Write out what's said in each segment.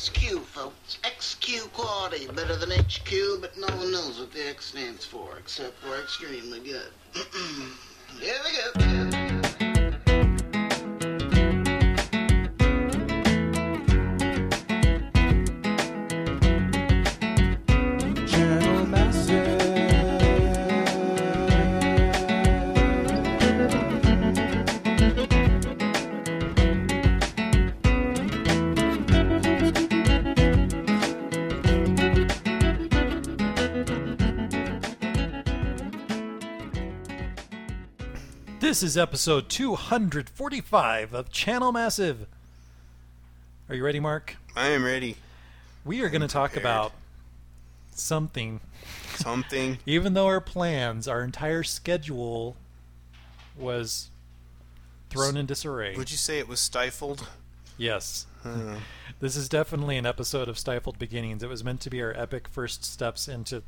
So XQ quality, better than HQ, but no one knows what the X stands for, except we're extremely good. Here we go. Journal This is episode 245 of Channel Massive. Are you ready, Mark? I am ready. We are going to talk prepared. about something, Something. even though our plans, our entire schedule was thrown in disarray. Would you say it was stifled? Uh, Yes. This is definitely an episode of Stifled Beginnings. It was meant to be our epic first steps into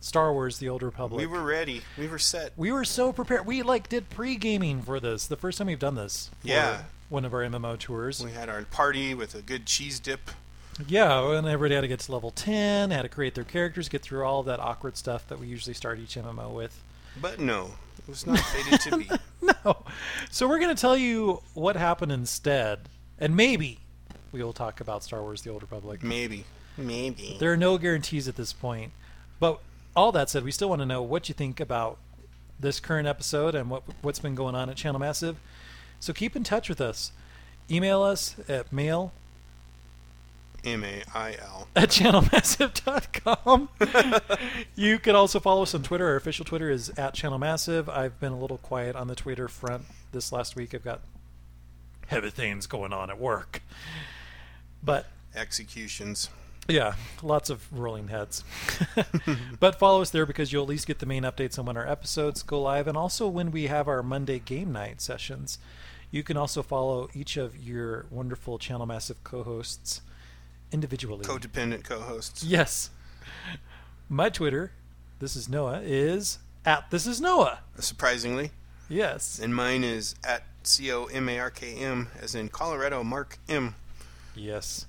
Star Wars The Old Republic. We were ready. We were set. we were so prepared. We like did pre-gaming for this. The first time we've done this. for Yeah. One of our MMO tours. We had our party with a good cheese dip. Yeah, and everybody had to get to level 10, had to create their characters, get through all of that awkward stuff that we usually start each MMO with. But no, it was not fated to be. No. So we're going to tell you what happened instead, and maybe we will talk about Star Wars The Old Republic. Maybe. Maybe. There are no guarantees at this point. But all that said, we still want to know what you think about this current episode and what what's been going on at Channel Massive. So keep in touch with us. Email us at mail M A I L. at channelmassive.com. you can also follow us on Twitter. Our official Twitter is at channelmassive. I've been a little quiet on the Twitter front this last week. I've got heavy things going on at work. But Executions. yeah, lots of rolling heads. but follow us there because you'll at least get the main updates on when our episodes go live and also when we have our Monday game night sessions. You can also follow each of your wonderful Channel Massive co hosts individually. Codependent co hosts. Yes. My Twitter, this is Noah, is at this is Noah. Surprisingly. Yes. And mine is at C O M A R K M, as in Colorado Mark M. Yes.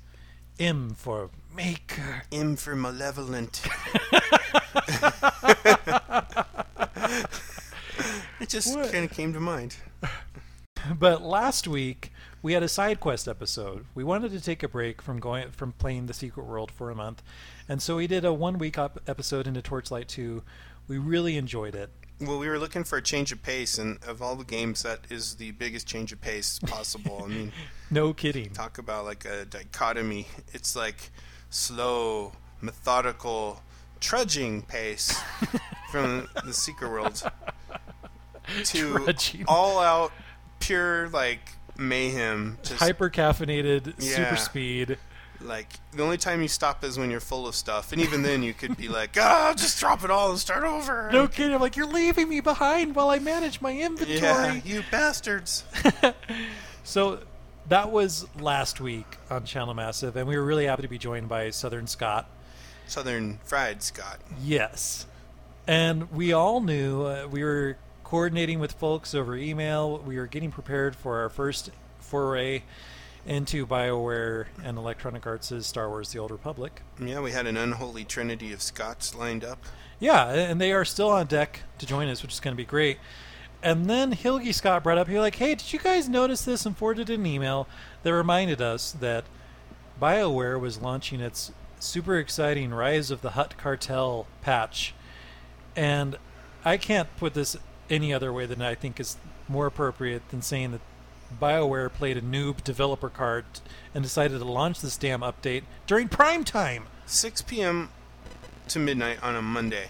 M for maker. M for malevolent. it just What? kind of came to mind. But last week we had a side quest episode. We wanted to take a break from going from playing the Secret World for a month, and so we did a one week op- episode into Torchlight 2. We really enjoyed it. Well, we were looking for a change of pace, and of all the games, that is the biggest change of pace possible. I mean, No kidding. talk about like a dichotomy. It's like slow, methodical, trudging pace from the secret world to Trudging. all out, pure like mayhem. Just Hyper caffeinated, Yeah. super speed. like the only time you stop is when you're full of stuff, and even then, you could be like, ah, just drop it all and start over. No kidding. I'm like, you're leaving me behind while I manage my inventory. Yeah, you bastards. So that was last week on Channel Massive, and we were really happy to be joined by Southern Scott. Southern fried Scott. Yes. And we all knew uh, we were coordinating with folks over email. We were getting prepared for our first foray into BioWare and Electronic Arts' Star Wars The Old Republic. Yeah, we had an unholy trinity of Scots lined up. Yeah, and they are still on deck to join us, which is going to be great. And then Hilgi Scott brought up, he was like, hey, did you guys notice this? And forwarded an email that reminded us that BioWare was launching its super exciting Rise of the Hut Cartel patch. And I can't put this any other way than I think is more appropriate than saying that BioWare played a noob developer card and decided to launch this damn update during prime time. 6 p.m. to midnight on a Monday.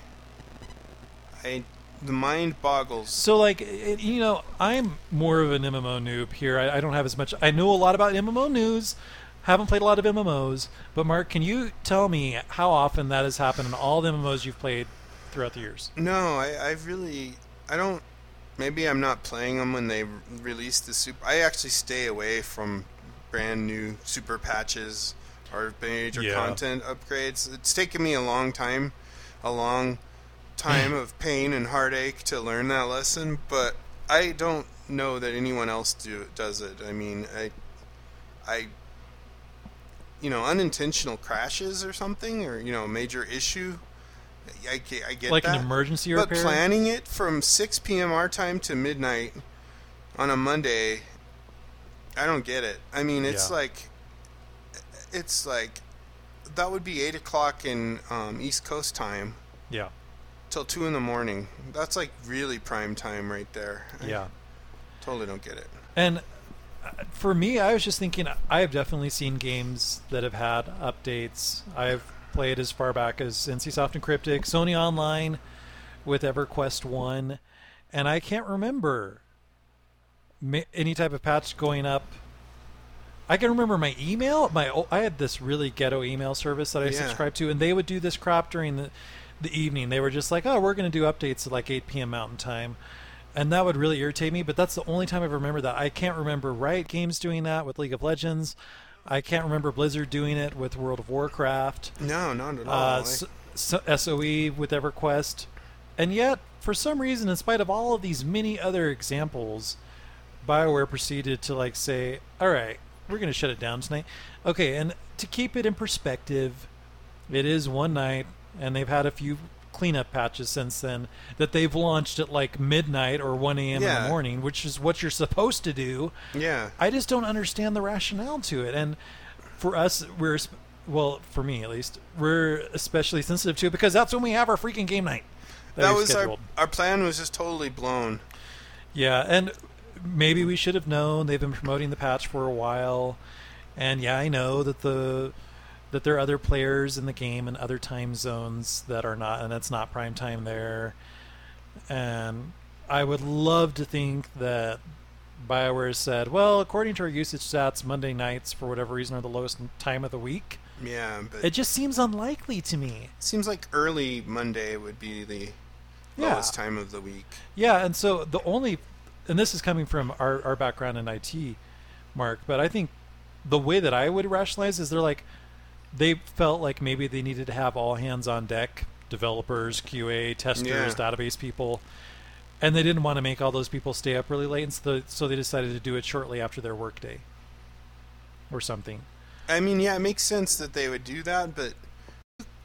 I the mind boggles. So, like, it, you know, I'm more of an MMO noob here. I, I don't have as much. I know a lot about MMO news. Haven't played a lot of MMOs, but Mark, can you tell me how often that has happened in all the MMOs you've played throughout the years? No, I, I really I don't. Maybe I'm not playing them when they re- release the super. I actually stay away from brand new super patches or major Yeah. content upgrades. It's taken me a long time, a long time of pain and heartache to learn that lesson. But I don't know that anyone else do does it. I mean, I I you know unintentional crashes or something or you know a major issue. I, ge- I get Like an that. emergency but repair? planning it from 6 p.m. our time to midnight on a Monday, I don't get it. I mean, it's Yeah. like it's like that would be eight o'clock in um, East Coast time Yeah. till two in the morning. That's like really prime time right there. I Yeah. totally don't get it. And uh, for me, I was just thinking, I have definitely seen games that have had updates. I've played as far back as NCSoft and Cryptic, Sony Online with EverQuest 1, and I can't remember ma- any type of patch going up. I can remember my email. My o- I had this really ghetto email service that I Yeah. subscribed to, and they would do this crap during the the evening. They were just like, "Oh, we're going to do updates at like 8 p.m. Mountain Time," and that would really irritate me. But that's the only time I remember that. I can't remember Riot Games doing that with League of Legends. I can't remember Blizzard doing it with World of Warcraft No, not at all. eh? uh, I- S- S- SOE with EverQuest. And yet, for some reason, in spite of all of these many other examples, BioWare proceeded to like say, "All right, we're going to shut it down tonight." Okay, and to keep it in perspective, it is one night, and they've had a few cleanup patches since then that they've launched at like midnight or 1 a.m. in Yeah. the morning, which is what you're supposed to do. yeah. I just don't understand the rationale to it. And for us, we're es- well, for me at least, we're especially sensitive to it because that's when we have our freaking game night. that we've was scheduled. our our plan was just totally blown. yeah, and maybe we should have known they've been promoting the patch for a while. And yeah, I know that the that there are other players in the game and other time zones that are not, and that's not prime time there. And I would love to think that Bioware said, well, according to our usage stats, Monday nights, for whatever reason, are the lowest time of the week. Yeah, but It it just seems unlikely to me. seems like early Monday would be the Yeah. lowest time of the week. Yeah, and so the only, and this is coming from our, our background in IT, Mark, but I think the way that I would rationalize is they're like, they felt like maybe they needed to have all hands on deck developers, QA, testers, Yeah. database people. And they didn't want to make all those people stay up really late, and so, so they decided to do it shortly after their workday or something. I mean, yeah, it makes sense that they would do that, but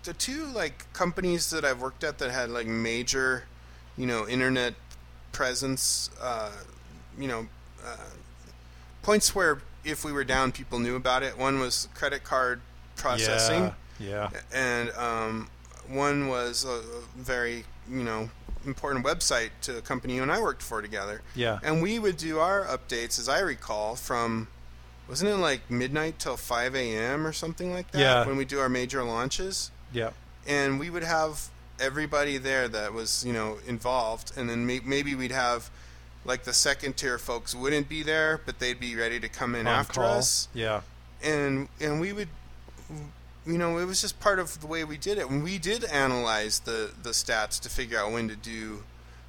the two like companies that I've worked at that had like major, you know, internet presence, uh, you know, uh, points where if we were down, people knew about it. One was credit card processing. Yeah. and um, one was a very you know important website to a company you and I worked for together. Yeah. And we would do our updates, as I recall, from wasn't it like midnight till five a.m. or something like that? Yeah. When we do our major launches, Yeah. and we would have everybody there that was you know involved, and then may- maybe we'd have like the second tier folks wouldn't be there, but they'd be ready to come in On after call. us Yeah. and and we would you know it was just part of the way we did it and we did analyze the the stats to figure out when to do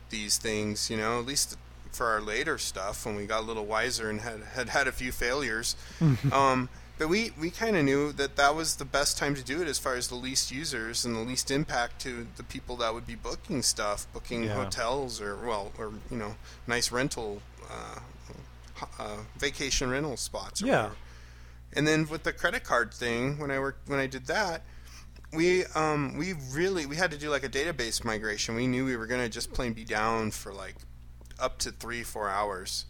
these things you know at least for our later stuff when we got a little wiser and had had, had a few failures Mm-hmm. um but we, we kind of knew that that was the best time to do it as far as the least users and the least impact to the people that would be booking stuff, booking Yeah. hotels or well or you know nice rental uh, ho- uh, vacation rental spots. Or Yeah. whatever. And then with the credit card thing, when I worked when I did that, we um we really we had to do like a database migration. We knew we were gonna just plain be down for like up to three four hours.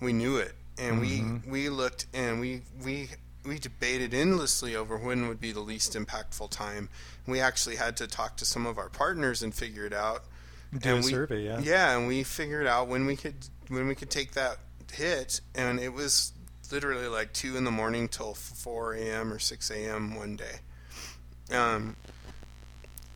We knew it, and Mm-hmm. we we looked and we we we debated endlessly over when would be the least impactful time. We actually had to talk to some of our partners and figure it out. Do a survey, yeah. Yeah, and we figured out when we could when we could take that hit, and it was literally like two in the morning till four a.m. or six a.m. one day. Um,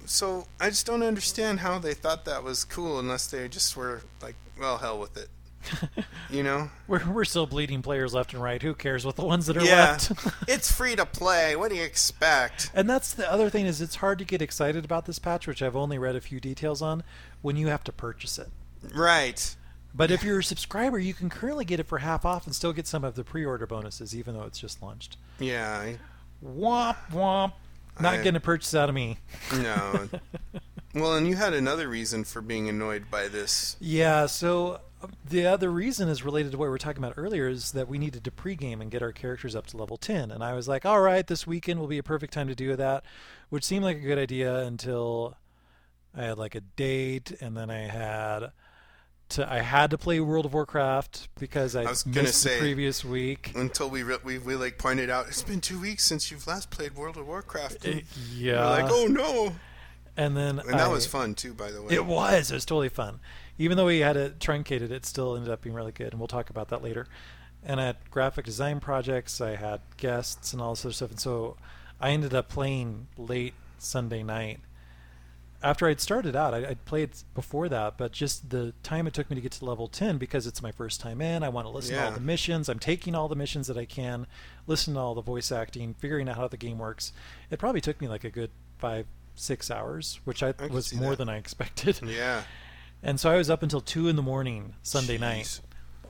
so I just don't understand how they thought that was cool unless they just were like, well, hell with it, you know? We're, we're still bleeding players left and right. Who cares with the ones that are Yeah, left? it's free to play. What do you expect? And that's the other thing is it's hard to get excited about this patch, which I've only read a few details on, when you have to purchase it. Right. But if you're a subscriber, you can currently get it for half off and still get some of the pre-order bonuses, even though it's just launched. Yeah. Womp womp. Not I- getting a purchase out of me. I, no. well, and you had another reason for being annoyed by this. Yeah. So uh, the other reason is related to what we were talking about earlier is that we needed to pregame and get our characters up to level 10. And I was like, all right, this weekend will be a perfect time to do that, which seemed like a good idea until I had like a date and then I had to I had to play World of Warcraft because I, was gonna missed say- the previous week. Until we, re- we we like pointed out, it's been two weeks since you've last played World of Warcraft. And Yeah. we're like, oh no! and then And that Uh, I- was fun too, by the way. It was. It was totally fun. Even though we had it truncated, it still ended up being really good, and we'll talk about that later. And I had graphic design projects, I had guests, and all this other stuff. And so I ended up playing late Sunday night. After I'd started out, I, I'd played before that, but just the time it took me to get to level 10 because it's my first time in, I want to listen to all Yeah. the missions. I'm taking all the missions that I can, listening to all the voice acting, figuring out how the game works. It probably took me like a good five, six hours, which I, can was see more that. than I expected. Yeah. And so I was up until two in the morning Sunday night Jeez.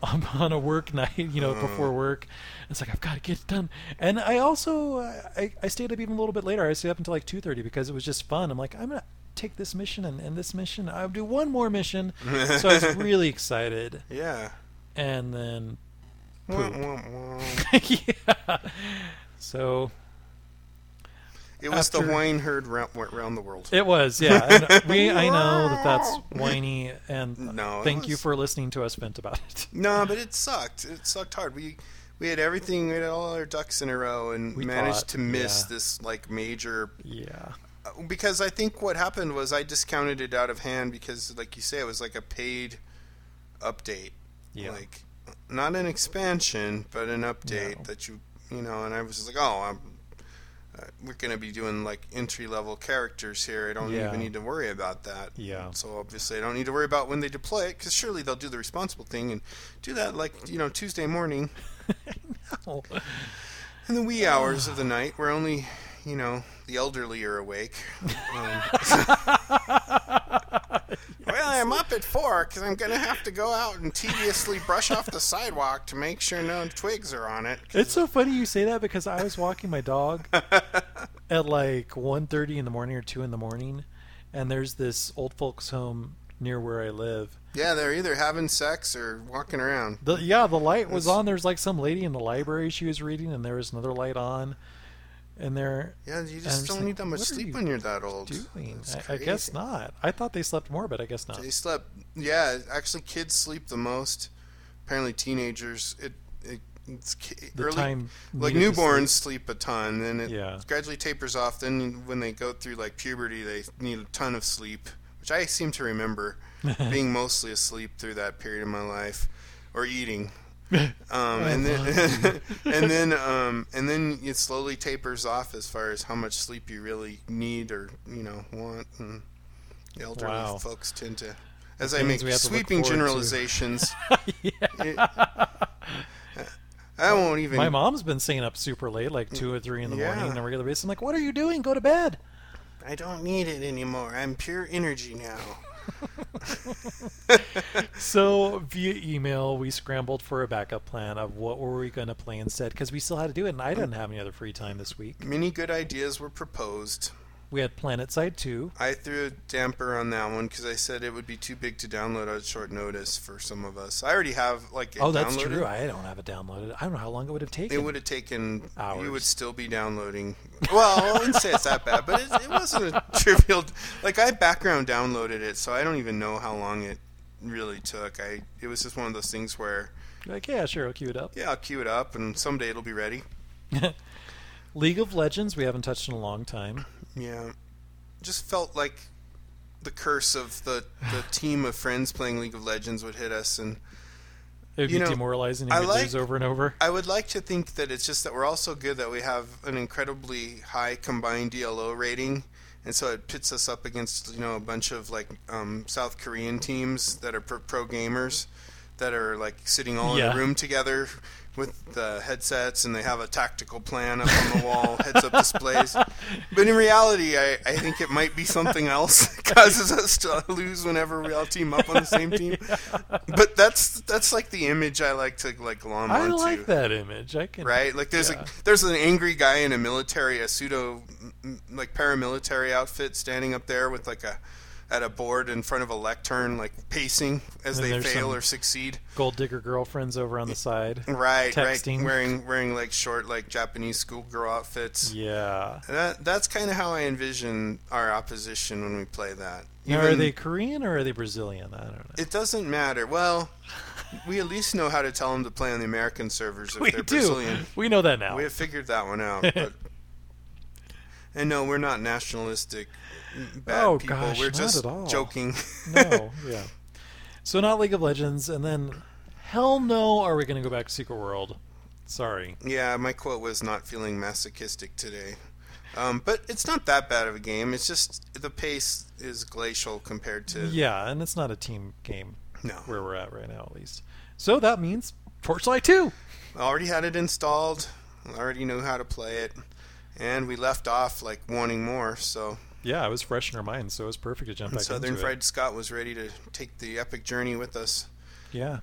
Uh-huh. on, on a work night, you know, before work. It's like I've got to get it done. And I also uh, I, I stayed up even a little bit later. I stayed up until like two thirty because it was just fun. I'm like I'm gonna take this mission and, and this mission. I'll do one more mission. so I was really excited. Yeah. And then Wah, wah, wah. yeah, so It was the After- wine herd round, went round the world. it was yeah. And we I know that that's whiny and No, it thank you was- for listening to us vent about it. No, but it sucked. It sucked hard. We we had everything, we had all our ducks in a row, and We managed thought, to miss yeah. this like major. uh, Yeah. Because I think what happened was I discounted it out of hand because, like you say, it was like a paid update. Yeah. Like not an expansion, but an update No. that you you know. And I was just like, oh, I'm. Uh, we're gonna be doing like entry level characters here. I don't Yeah. even need to worry about that. Yeah. So obviously, I don't need to worry about when they deploy it because surely they'll do the responsible thing and do that like you know Tuesday morning Oh. in the wee hours of the night where only you know the elderly are awake. Um, well, I'm up at four because I'm gonna have to go out and tediously brush off the sidewalk to make sure no twigs are on it. It's so funny you say that because I was walking my dog at like 1.30 in the morning or 2 in the morning, and there's this old folks home near where I live. Yeah, they're either having sex or walking around. The, yeah, the light was on. There's like some lady in the library she was reading, and there was another light on. And there, Yeah, you I'm just just don't like, need that much what are sleep you when you're that old. doing. It's I, I guess crazy. not. I thought they slept more, but I guess not. They slept. Yeah, actually, kids sleep the most. Apparently, teenagers. It. it it's ki- The early, time like needed to newborns sleep. a ton, then it Yeah. gradually tapers off. Then when they go through like puberty, they need a ton of sleep, which I seem to remember being mostly asleep through that period of my life, or eating. Oh, Um, and then, and then, um, and then it slowly tapers off as far as how much sleep you really need or you know want. And the elderly Wow. folks tend to, as I make means we have to look sweeping forward to. generalizations. it- I won't even. My mom's been staying up super late, like 2 or 3 in the morning Yeah. on a regular basis. I'm like, what are you doing? Go to bed. I don't need it anymore. I'm pure energy now. So via email, we scrambled for a backup plan of what were we going to play instead because we still had to do it, and I didn't have any other free time this week. Many good ideas were proposed. We had Planet Side Two. I threw a damper on that one because I said it would be too big to download on short notice for some of us. I already have like. It Oh, that's downloaded. true. I don't have it downloaded. I don't know how long it would have taken. It would have taken. You would Hours. still be downloading. Well, I wouldn't say it's that bad, but it, it wasn't a trivial. Like I background downloaded it, so I don't even know how long it really took. I it was just one of those things where You're like, yeah, sure, I'll queue it up. yeah, I'll queue it up and someday it'll be ready. League of Legends, we haven't touched in a long time. Yeah. Just felt like the curse of the, the team of friends playing League of Legends would hit us. And It would You be know, demoralizing if I we like- lose over and over. I would like to think that it's just that we're all so good that we have an incredibly high combined DLO rating. And so it pits us up against, you know, a bunch of like um, South Korean teams that are pro, pro gamers that are like sitting all in Yeah. a room together with the headsets and they have a tactical plan up on the wall, heads up displays. But in reality, I, I think it might be something else that causes us to lose whenever we all team up on the same team. But that's that's like the image I like to like glom I onto like that image. I can. right? Like there's Yeah. a there's an angry guy in a military, a pseudo m- m- like paramilitary outfit, standing up there with like a at a board in front of a lectern, like pacing as And they there's fail some- or succeed. Gold digger girlfriends over on the side. Right, Texting. right. Wearing wearing like short like Japanese schoolgirl outfits. Mm. Yeah. That that's kind of how I envision our opposition when we play that. Now, are Even- they Korean or are they Brazilian? I don't know. It doesn't matter. Well, we at least know how to tell them to play on the American servers if we they're do. Brazilian. We know that now. We have figured that one out. But, and no, we're not nationalistic mm, bad Oh, people. gosh, we're not just at all. joking. no, yeah. So not League of Legends, and then hell no, are we going to go back to Secret World? Sorry. yeah, my quote was not feeling masochistic today. Um, but it's not that bad of a game. It's just the pace is glacial compared to Yeah, and it's not a team game no. where we're at right now, at least. So that means Torchlight 2. I already had it installed. I already knew how to play it, and we left off like wanting more. So Yeah, it was fresh in our mind, so it was perfect to jump back Southern into Fried Scott was ready to take the epic journey with us. it. Yeah,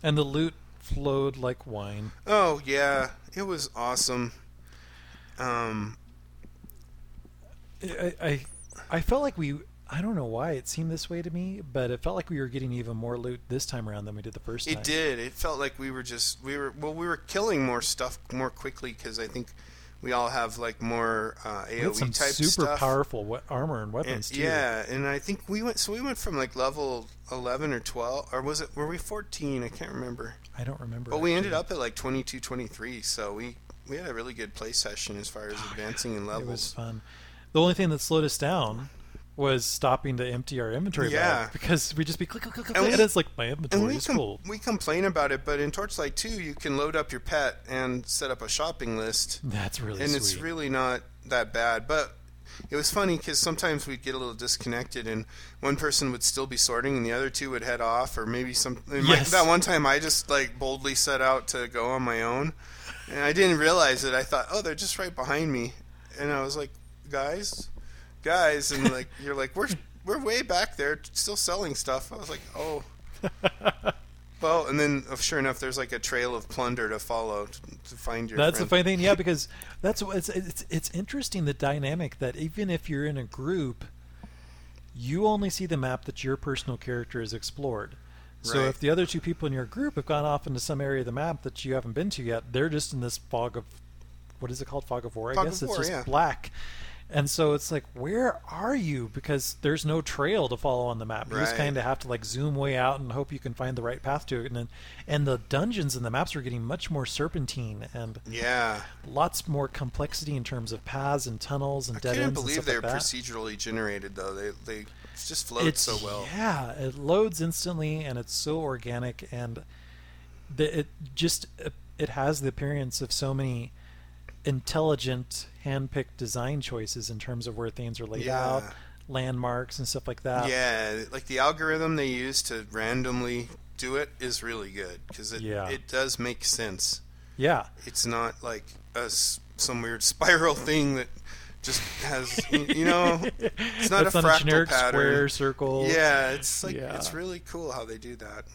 and the loot flowed like wine. Oh yeah, it was awesome. Um, I, I, I felt like we. I don't know why it seemed this way to me, but it felt like we were getting even more loot this time around than we did the first time. it did. It felt like we were just we were well we were killing more stuff more quickly because I think we all have like more uh, AOE We had some type super stuff. powerful we- armor and And- weapons too. yeah, and I think we went so we went from like level eleven or twelve or was it were we fourteen? I can't remember. I don't remember. But we ended actually. up at like 22, 23, so we we had a really good play session as far as advancing in Oh, It was levels. fun. The only thing that slowed us down was stopping to empty our inventory Yeah. bag because we'd just be click click click click, And and, we- it's like my And inventory we is com- full. we complain about it, but in Torchlight 2, you can load up your pet and set up a shopping list, That's really and sweet. it's really not that bad. But it was funny because sometimes we'd get a little disconnected, and one person would still be sorting, and the other two would head off, or maybe some. it might- Yes. that one time, I just like boldly set out to go on my own, and I didn't realize it. I thought, oh, they're just right behind me, and I was like, guys, guys, and like you're like, we're we're way back there, still selling stuff. I was like, oh. Well, and then uh, sure enough, there's like a trail of plunder to follow to, to find your. that's the friend. funny thing, yeah, because that's what- it's, it's it's interesting the dynamic that even if you're in a group, you only see the map that your personal character has explored. So Right. if the other two people in your group have gone off into some area of the map that you haven't been to yet, they're just in this fog of what is it called? Fog of war, I Fog guess. of it's war, just yeah. black. And so it's like, where are you? Because there's no trail to follow on the map. You just Right. kind of have to like zoom way out and hope you can find the right path to it. And then, and the dungeons and the maps are getting much more serpentine and Yeah, lots more complexity in terms of paths and tunnels and I dead couldn't ends and believe stuff they like were that. procedurally generated though. They they just flowed it's so well. yeah, it loads instantly and it's so organic and the, it just it, it has the appearance of so many intelligent hand-picked design choices in terms of where things are laid out, Yeah. landmarks and stuff like that. Yeah, like the algorithm they use to randomly do it is really good because it Yeah. it does make sense. yeah. It's not like a s- some weird spiral thing that just has you you know it's not It's a not fractal a generic pattern. square circle. Yeah, it's like Yeah. it's really cool how they do that.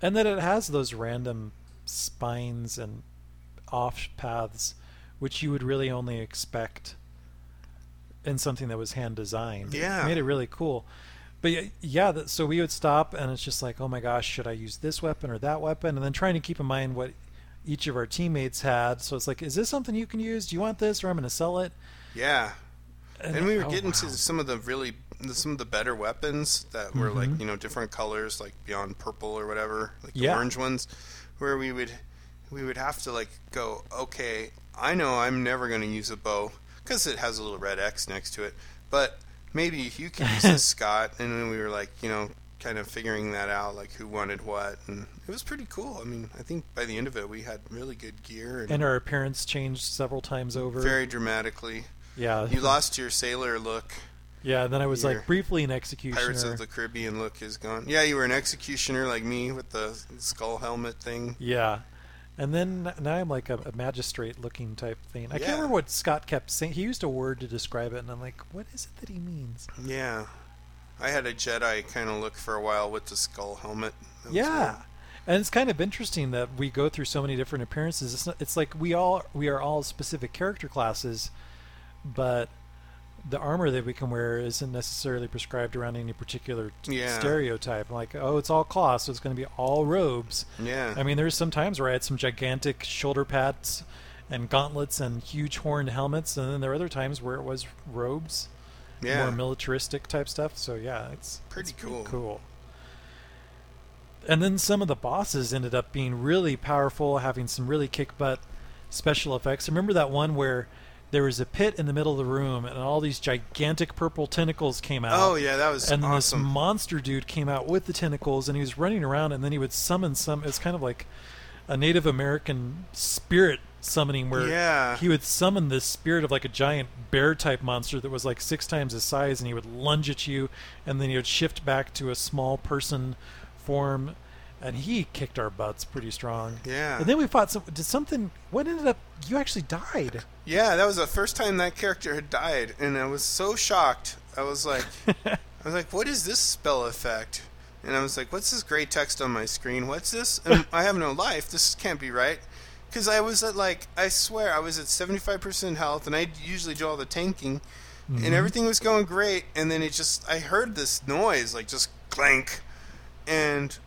and then it has those random spines and off paths which you would really only expect in something that was hand designed Yeah. it made it really cool but y- yeah that, so we would stop and it's just like oh my gosh should i use this weapon or that weapon and then trying to keep in mind what each of our teammates had so it's like is this something you can use do you want this or i'm going to sell it Yeah, and we were oh, getting wow. to some of the really some of the better weapons that were like you know different colors like beyond purple or whatever like the Mm-hmm. Yeah. orange ones where we would we would have to like go okay i know i'm never going to use a bow because it has a little red x next to it but maybe you can use this scott and then we were like you know kind of figuring that out like who wanted what and it was pretty cool i mean i think by the end of it we had really good gear and, and our appearance changed several times over very dramatically yeah you lost your sailor look yeah and then i was your like briefly an executioner Pirates of the Caribbean look is gone. Yeah, you were an executioner like me with the skull helmet thing. Yeah. And then now I'm like a, a magistrate looking type thing. I Yeah. can't remember what Scott kept saying. He used a word to describe it, and I'm like, what is it that he means? Yeah. I had a Jedi kind of look for a while with the skull helmet. That was yeah. weird. And it's kind of interesting that we go through so many different appearances. It's, not, it's like we all we are all specific character classes, but the armor that we can wear isn't necessarily prescribed around any particular t- Yeah. stereotype. Like, oh, it's all cloth, so it's going to be all robes. Yeah. I mean, there's some times where I had some gigantic shoulder pads and gauntlets and huge horned helmets, and then there are other times where it was robes, yeah. more militaristic type stuff. So yeah, it's Pretty it's cool. Cool. And then some of the bosses ended up being really powerful, having some really kick butt special effects. Remember that one where there was a pit in the middle of the room and all these gigantic purple tentacles came out. oh yeah, that was And then awesome. this monster dude came out with the tentacles and he was running around and then he would summon some it's kind of like a Native American spirit summoning where Yeah. he would summon this spirit of like a giant bear type monster that was like six times his size and he would lunge at you and then he would shift back to a small person form and he kicked our butts pretty strong. Yeah. And then we fought some did something what ended up you actually died. Yeah, that was the first time that character had died, and I was so shocked. I was like, I was like, what is this spell effect? And I was like, what's this gray text on my screen? What's this? And I have no life. This can't be right. Because I was at like, I swear, I was at 75% health, and I usually do all the tanking, and everything was going great. And then it just, I heard this noise, like just clank, and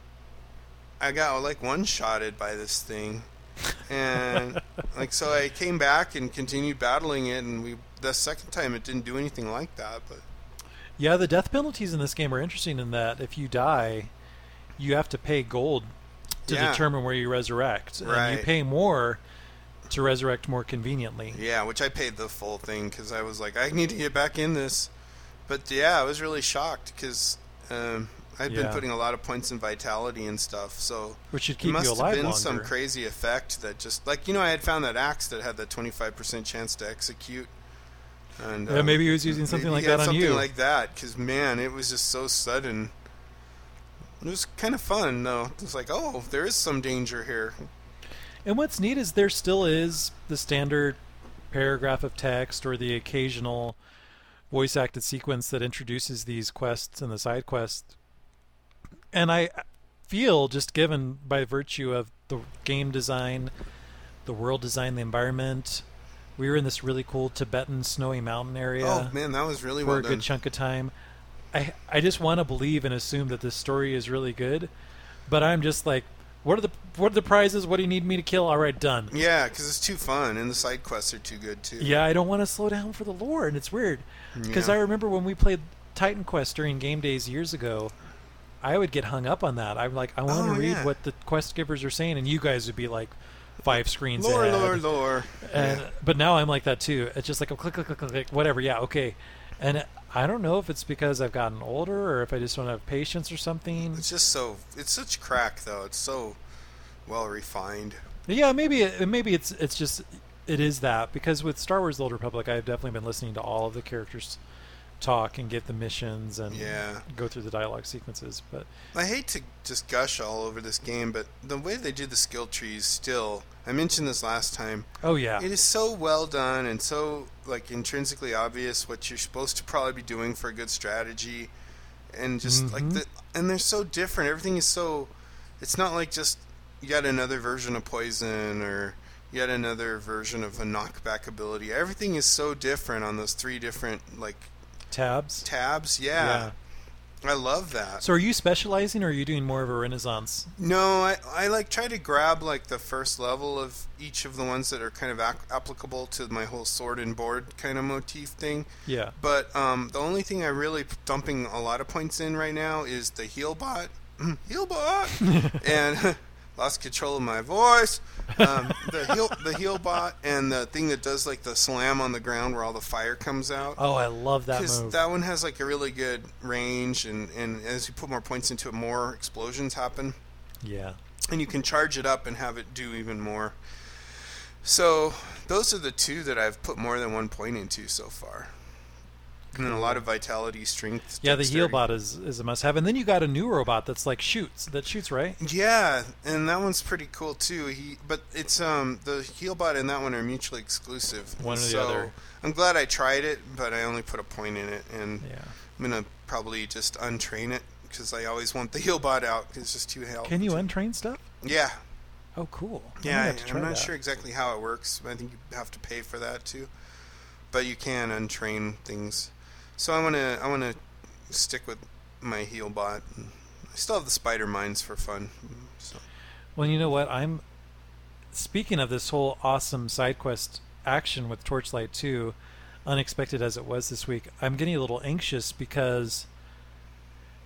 I got like one shotted by this thing and like so I came back and continued battling it and we the second time it didn't do anything like that but Yeah, the death penalties in this game are interesting in that if you die, you have to pay gold to Yeah. determine where you resurrect. And Right. you pay more to resurrect more conveniently. yeah which I paid the full thing cuz I was like I need to get back in this but yeah I was really shocked cuz um I've been Yeah. putting a lot of points in vitality and stuff so Which should it keep must you have alive been longer. some crazy effect that just like you know I had found that axe that had the 25% chance to execute and Yeah, um, maybe he was using something Maybe like he had that on something you. like that, because man, it was just so sudden. It was kind of fun though. It's like, oh, there is some danger here. And what's neat is there still is the standard paragraph of text or the occasional voice acted sequence that introduces these quests and the side quests. And I feel just given by virtue of the game design, the world design, the environment. We were in this really cool Tibetan snowy mountain area Oh man, that was really for well a done. good chunk of time. I I just want to believe and assume that this story is really good, but I'm just like, what are the what are the prizes? What do you need me to kill? All right, done. yeah, because it's too fun, and the side quests are too good too. Yeah, I don't want to slow down for the lore, and it's weird because Yeah. I remember when we played Titan Quest during game days years ago. I would get hung up on that. I'm like, I want Oh, to read yeah. what the quest givers are saying, and you guys would be like, five screens Lore, ahead. lore, lore. And but now I'm like that too. It's just like a click, click, click, click, click, whatever. Yeah, okay. And I don't know if it's because I've gotten older or if I just don't have patience or something. It's just so. It's such crack though. It's so well refined. Yeah, maybe it, maybe it's it's just it is that because with Star Wars: The Old Republic, I've definitely been listening to all of the characters talk and get the missions and Yeah. go through the dialogue sequences. But I hate to just gush all over this game, but the way they do the skill trees still. I mentioned this last time. oh yeah, It is so well done and so like intrinsically obvious what you're supposed to probably be doing for a good strategy, and just like Mhm. the and they're so different. Everything is so. It's not like just yet another version of poison or yet another version of a knockback ability. Everything is so different on those three different like tabs. tabs. Yeah, I love that. So are you specializing or are you doing more of a renaissance? No, I, I like try to grab like the first level of each of the ones that are kind of ac- applicable to my whole sword and board kind of motif thing. Yeah. But um, the only thing I'm really dumping a lot of points in right now is the heal bot, heal bot, and lost control of my voice. Um, the heal the heal bot and the thing that does like the slam on the ground where all the fire comes out. Oh, I love that Because move. that one has like a really good range, and, and as you put more points into it, more explosions happen yeah. and you can charge it up and have it do even more. So those are the two that I've put more than one point into so far. And then a lot of vitality, strength. Yeah, the heal dexterity. bot is, is a must have, and then you got a new robot that's like shoots that shoots right. Yeah, and that one's pretty cool too. He, but it's um the heal bot and that one are mutually exclusive. One or the so other. I'm glad I tried it, but I only put a point in it, and Yeah. I'm gonna probably just untrain it because I always want the heal bot out. It's just too hell. Can you untrain stuff? Yeah, Oh, cool. I'm gonna Yeah, have to I, try am not that. sure exactly how it works. but I think you have to pay for that too. but you can untrain things. So I want to I want to stick with my heel bot. I still have the spider mines for fun. So Well, you know what? I'm speaking of this whole awesome side quest action with Torchlight 2, unexpected as it was this week. I'm getting a little anxious because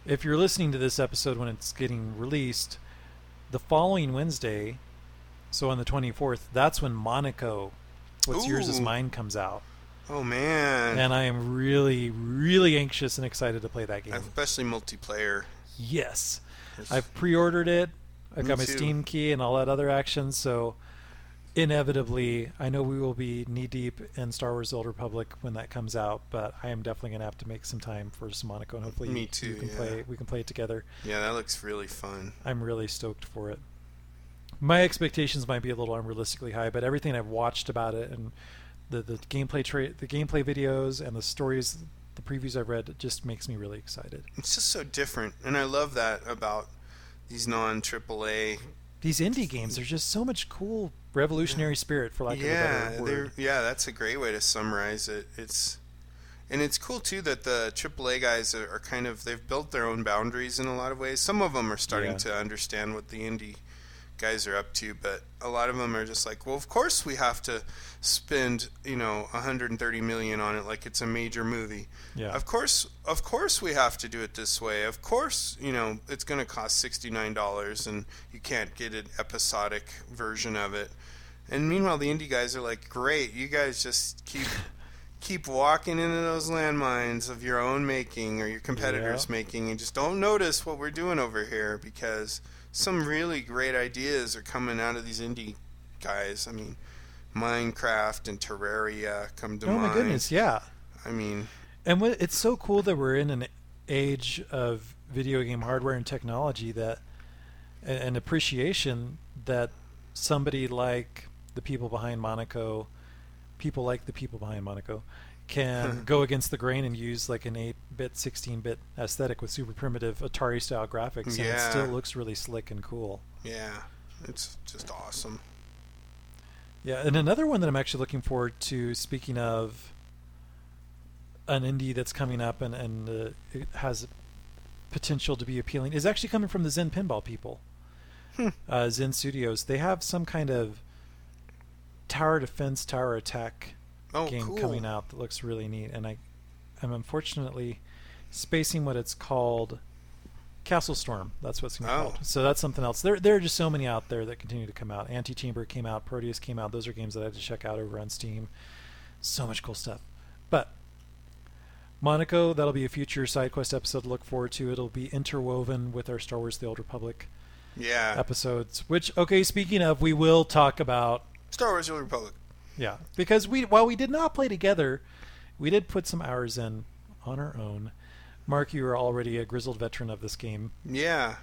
if you're listening to this episode when it's getting released, the following Wednesday, so on the 24th, that's when Monaco, what's yours is Ooh. mine, comes out, oh man, and I am really, really anxious and excited to play that game. especially multiplayer. Yes. I've pre-ordered it. I've Me got my too. Steam key and all that other action, so inevitably, I know we will be knee-deep in Star Wars: The Old Republic when that comes out. But I am definitely going to have to make some time for some Monaco, and hopefully, Me you- too, you can yeah. play. We can play it together. Yeah, that looks really fun. I'm really stoked for it. My expectations might be a little unrealistically high, but everything I've watched about it and the the gameplay tra- the gameplay videos and the stories, the previews I've read, it just makes me really excited. It's just so different, and I love that about these non AAA. these indie games there's just so much cool revolutionary spirit for lack of a Yeah, better they're word yeah, that's a great way to summarize it. It's and it's cool too that the AAA guys are, are kind of they've built their own boundaries in a lot of ways. Some of them are starting Yeah. to understand what the indie guys are up to, but a lot of them are just like, well, of course we have to spend you know 130 million on it like it's a major movie. Yeah. Of course, of course we have to do it this way. Of course, you know it's going to cost sixty nine dollars, and you can't get an episodic version of it. And meanwhile, the indie guys are like, great, you guys just keep keep walking into those landmines of your own making or your competitors' Yeah. making, and just don't notice what we're doing over here because some really great ideas are coming out of these indie guys. I mean, Minecraft and Terraria come to oh mind. my goodness yeah I mean, and what, it's so cool that we're in an age of video game hardware and technology that and, and appreciation that somebody like the people behind monaco people like the people behind monaco can go against the grain and use like an 8-bit 16-bit aesthetic with super primitive atari style graphics and Yeah. it still looks really slick and cool yeah, it's just awesome. Yeah, and another one that I'm actually looking forward to. Speaking of an indie that's coming up and and uh, it has potential to be appealing, is actually coming from the Zen Pinball people, uh, Zen Studios. They have some kind of tower defense, tower attack Oh, game cool. coming out that looks really neat, and I I'm unfortunately spacing what it's called. Castle Storm, that's what's gonna be Oh. called. So that's something else. There, there are just so many out there that continue to come out. Antichamber came out, Proteus came out. Those are games that I had to check out over on Steam. So much cool stuff. But Monaco, that'll be a future side quest episode to look forward to. It'll be interwoven with our Star Wars: The Old Republic Yeah, episodes. Which, okay, speaking of, we will talk about Star Wars: The Old Republic. yeah, because we while we did not play together, we did put some hours in on our own. Mark, you are already a grizzled veteran of this game. Yeah,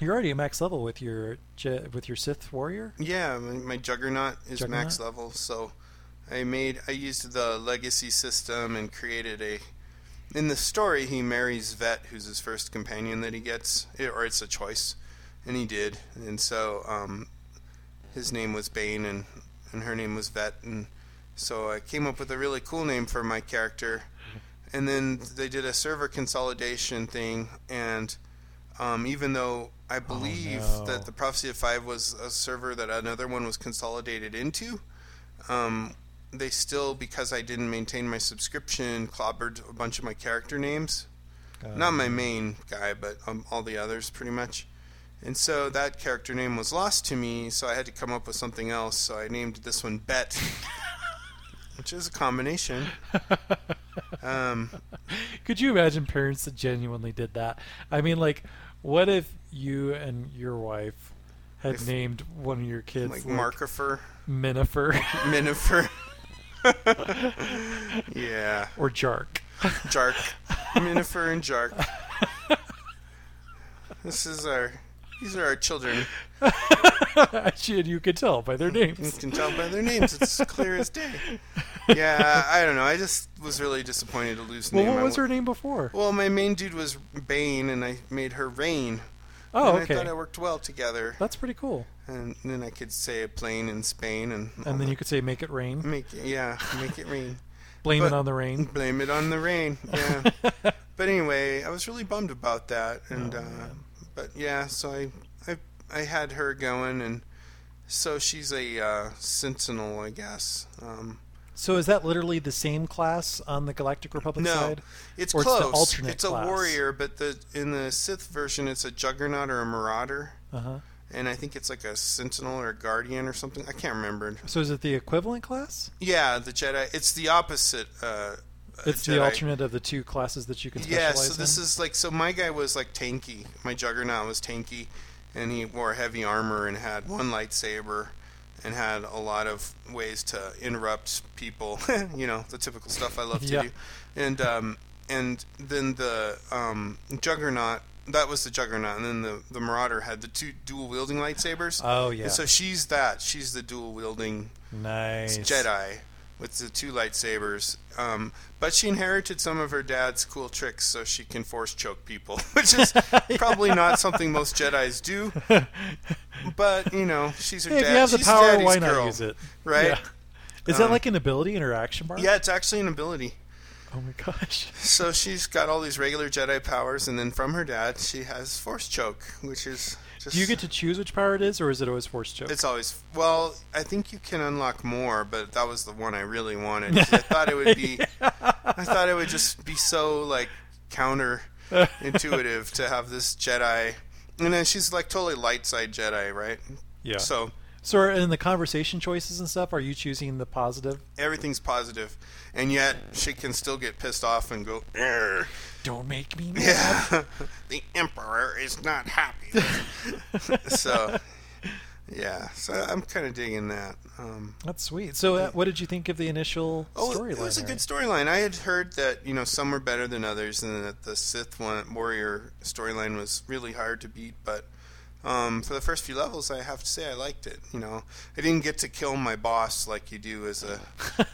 You're already at max level with your Je- with your Sith warrior. Yeah, my, my juggernaut is max Juggernaut? level, so I made I used the legacy system and created a. In the story, he marries Vet, who's his first companion that he gets, eh, or it's a choice, and he did, and so um, his name was Bane and and her name was Vet, and so I came up with a really cool name for my character, and then they did a server consolidation thing, and um, even though I believe no. that the Prophecy of Five was a server that another one was consolidated into, um, they still, because I didn't maintain my subscription, clobbered a bunch of my character names. Not my main guy, but um, all the others pretty much. And so that character name was lost to me, so I had to come up with something else. So I named this one Bet, which is a combination. Um, Could you imagine parents that genuinely did that? I mean, like, what if you and your wife had If- named one of your kids like like, Markifer, Minifer Minifer. yeah, or Jark? Jark, Minifer and Jark. This is our. These are our children. Actually, you could tell by their You names. can tell by their names; it's clear as day. Yeah, I don't know. I just was really disappointed to lose. the Well, name. what I was wa- her name before? Well, my main dude was Bane, and I made her Rain. Oh, and I okay, thought I worked well together. that's pretty cool. And then I could say a plane in Spain, and all And then that. you could say "Make it rain." make it, yeah, make it rain. Blame it Mm-hmm. But- on the rain. Blame it on the rain. Yeah. but anyway, I was really bummed about that, and uh, but yeah, so I, I I had her going, and so she's a uh, sentinel, I guess. Um, So is that literally the same class on the Galactic Republic no, side? it's Or it's the close. alternate It's a class. warrior, but the in the Sith version, it's a juggernaut or a marauder, Uh-huh. and I think it's like a sentinel or a guardian or something. I can't remember. So is it the equivalent class? Yeah, the Jedi. It's the opposite. Uh, uh, It's the Jedi. alternate of the two classes that you can Yeah, specialize so this in? is like so my guy was like tanky. My juggernaut was tanky and he wore heavy armor and had one lightsaber and had a lot of ways to interrupt people, you know, the typical stuff I love to Yeah. do. And um and then the um juggernaut that was the juggernaut and then the, the marauder had the two dual wielding lightsabers. Oh, yeah. And so she's that. She's the dual wielding nice. Jedi with the two lightsabers. Um, but she inherited some of her dad's cool tricks, so she can force choke people, which is probably not something most Jedi's do. But you know, she's her Hey, if dad. you have the she's power, daddy's why not girl, use it? Right? Um, Yeah. Is that like an ability interaction bar? Yeah, it's actually an ability. Oh my gosh. So she's got all these regular Jedi powers, and then from her dad, she has force choke, which is just Do you get to choose which power it is, or is it always force choke? It's always well. I think you can unlock more, but that was the one I really wanted. 'cause I thought it would be. I thought it would just be so like counterintuitive to have this Jedi, and then she's like totally light side Jedi, right? yeah. So So in the conversation choices and stuff, are you choosing the positive? everything's positive, and yet she can still get pissed off and go. "Arr." Don't make me. Yeah, the Emperor is not happy. so, yeah. So I'm kind of digging that. Um, That's sweet. So, uh, what did you think of the initial Oh, storyline? it was a there? good storyline. I had heard that you know some were better than others, and that the Sith one warrior storyline was really hard to beat. But um, for the first few levels, I have to say I liked it. You know, I didn't get to kill my boss like you do as a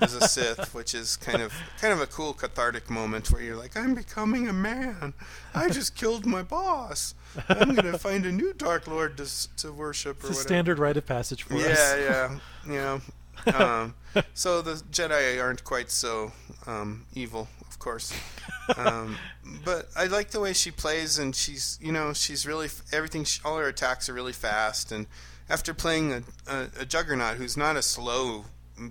as a Sith, which is kind of kind of a cool cathartic moment where you're like, I'm becoming a man. I just killed my boss. I'm gonna find a new Dark Lord to s- to worship or It's a whatever. standard rite of passage for Yeah, us. yeah, yeah. Um, so the Jedi aren't quite so um, evil, of course. Um, but I like the way she plays, and she's you know she's really everything. She, all her attacks are really fast, and after playing a, a, a Juggernaut, who's not a slow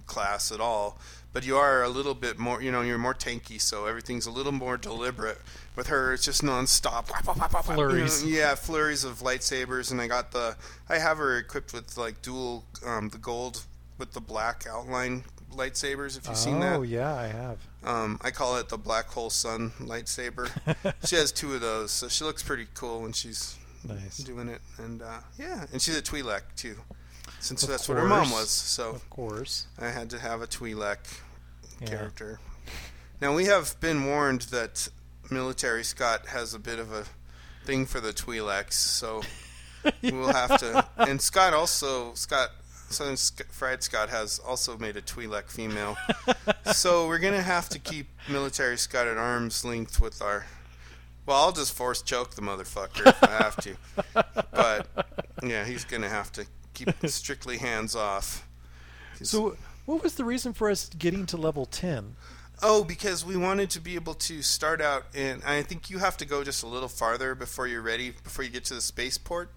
class at all, but you are a little bit more you know you're more tanky, so everything's a little more deliberate. With her, it's just nonstop. Wah, wah, wah, wah, wah, you know, Flurries. yeah, flurries of lightsabers, and I got the. I have her equipped with like dual, um, the gold with the black outline lightsabers. If you've seen oh, that, yeah, I have. um, I call it the black hole sun lightsaber. she has two of those, so she looks pretty cool when she's Nice. doing it. And uh, yeah, and she's a Twi'lek too, since that's what her mom course. was. So Of course. I had to have a Twi'lek Yeah. character. Now we have been warned that military Scott has a bit of a thing for the Twi'leks, so we'll have to. And Scott also Scott Southern Sc- Fried Scott has also made a Twi'lek female, so we're gonna have to keep military Scott at arm's length with our. Well, I'll just force choke the motherfucker if I have to, but yeah, he's gonna have to keep strictly hands off. 'Cause- So, what was the reason for us getting to level 10? Oh, because we wanted to be able to start out, and I think you have to go just a little farther before you're ready, before you get to the spaceport.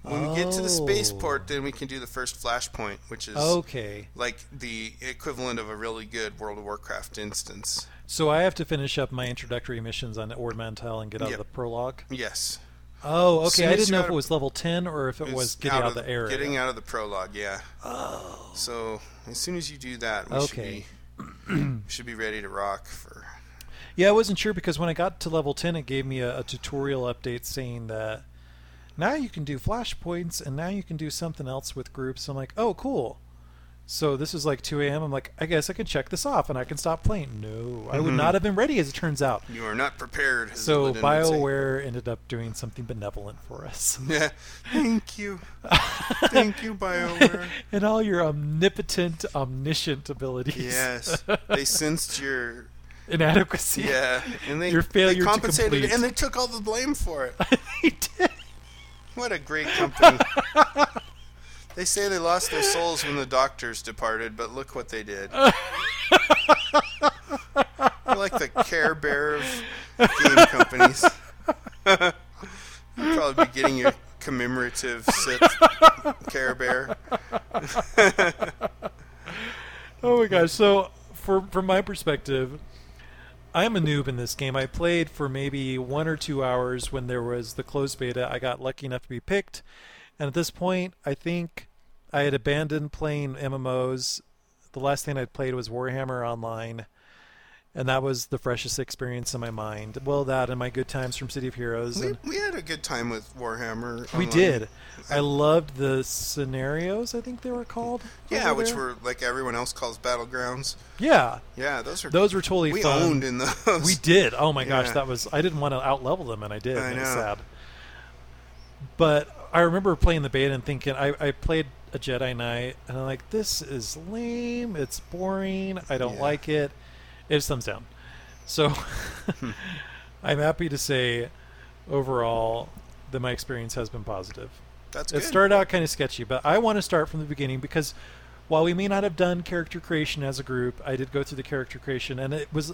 When we get to the Oh. spaceport, then we can do the first flashpoint, which is Okay. like the equivalent of a really good World of Warcraft instance. So, I have to finish up my introductory missions on Ord Mantell and get out Yep. of the prologue. Yes. Oh, Soon okay. I as didn't you know got if a- it was level 10 or if it It's was getting out, of the area. Getting out of the prologue, yeah. Oh. So as soon as you do that, we Okay. should be should be ready to rock for. Yeah, I wasn't sure because when I got to level 10, it gave me a, a tutorial update saying that now you can do flashpoints and now you can do something else with groups. I'm like, oh, cool. So this is like 2 a.m. I'm like, I guess I can check this off and I can stop playing. No, I Mm-hmm. would not have been ready, as it turns out. You are not prepared. as So Illidan would say. BioWare ended up doing something benevolent for us. Yeah. Thank you. Thank you, BioWare. and all your omnipotent, omniscient abilities. Yes, they sensed your Inadequacy. yeah, and they Your failure they to compensated, complete. and they took all the blame for it. They did. What a great company! they say they lost their souls when the doctors departed, but look what they did. Care Bear of game companies. You'd probably be getting your commemorative sip Care Bear. Oh my gosh! So, for from my perspective, I'm a noob in this game. I played for maybe one or two hours when there was the closed beta. I got lucky enough to be picked, and at this point, I think I had abandoned playing MMOs. The last thing I'd played was Warhammer Online, and that was the freshest experience in my mind. Well, that and my good times from City of Heroes. We, and we had a good time with Warhammer. um, we Online. did. I loved the scenarios. I think they were called. Yeah, over which there. were like everyone else calls battlegrounds. yeah. Yeah, those are Those were totally we fun. owned in those. We did. Oh my gosh, Yeah. that was. I didn't want to outlevel them, and I did. I and it was know. sad. But I remember playing the beta and thinking, I, I played a Jedi Knight, and I'm like, this is lame. It's boring. I don't Yeah. like it. It's thumbs down. So Hmm. I'm happy to say, overall, that my experience has been positive. That's It good. started out kind of sketchy, but I want to start from the beginning because while we may not have done character creation as a group, I did go through the character creation, and it was.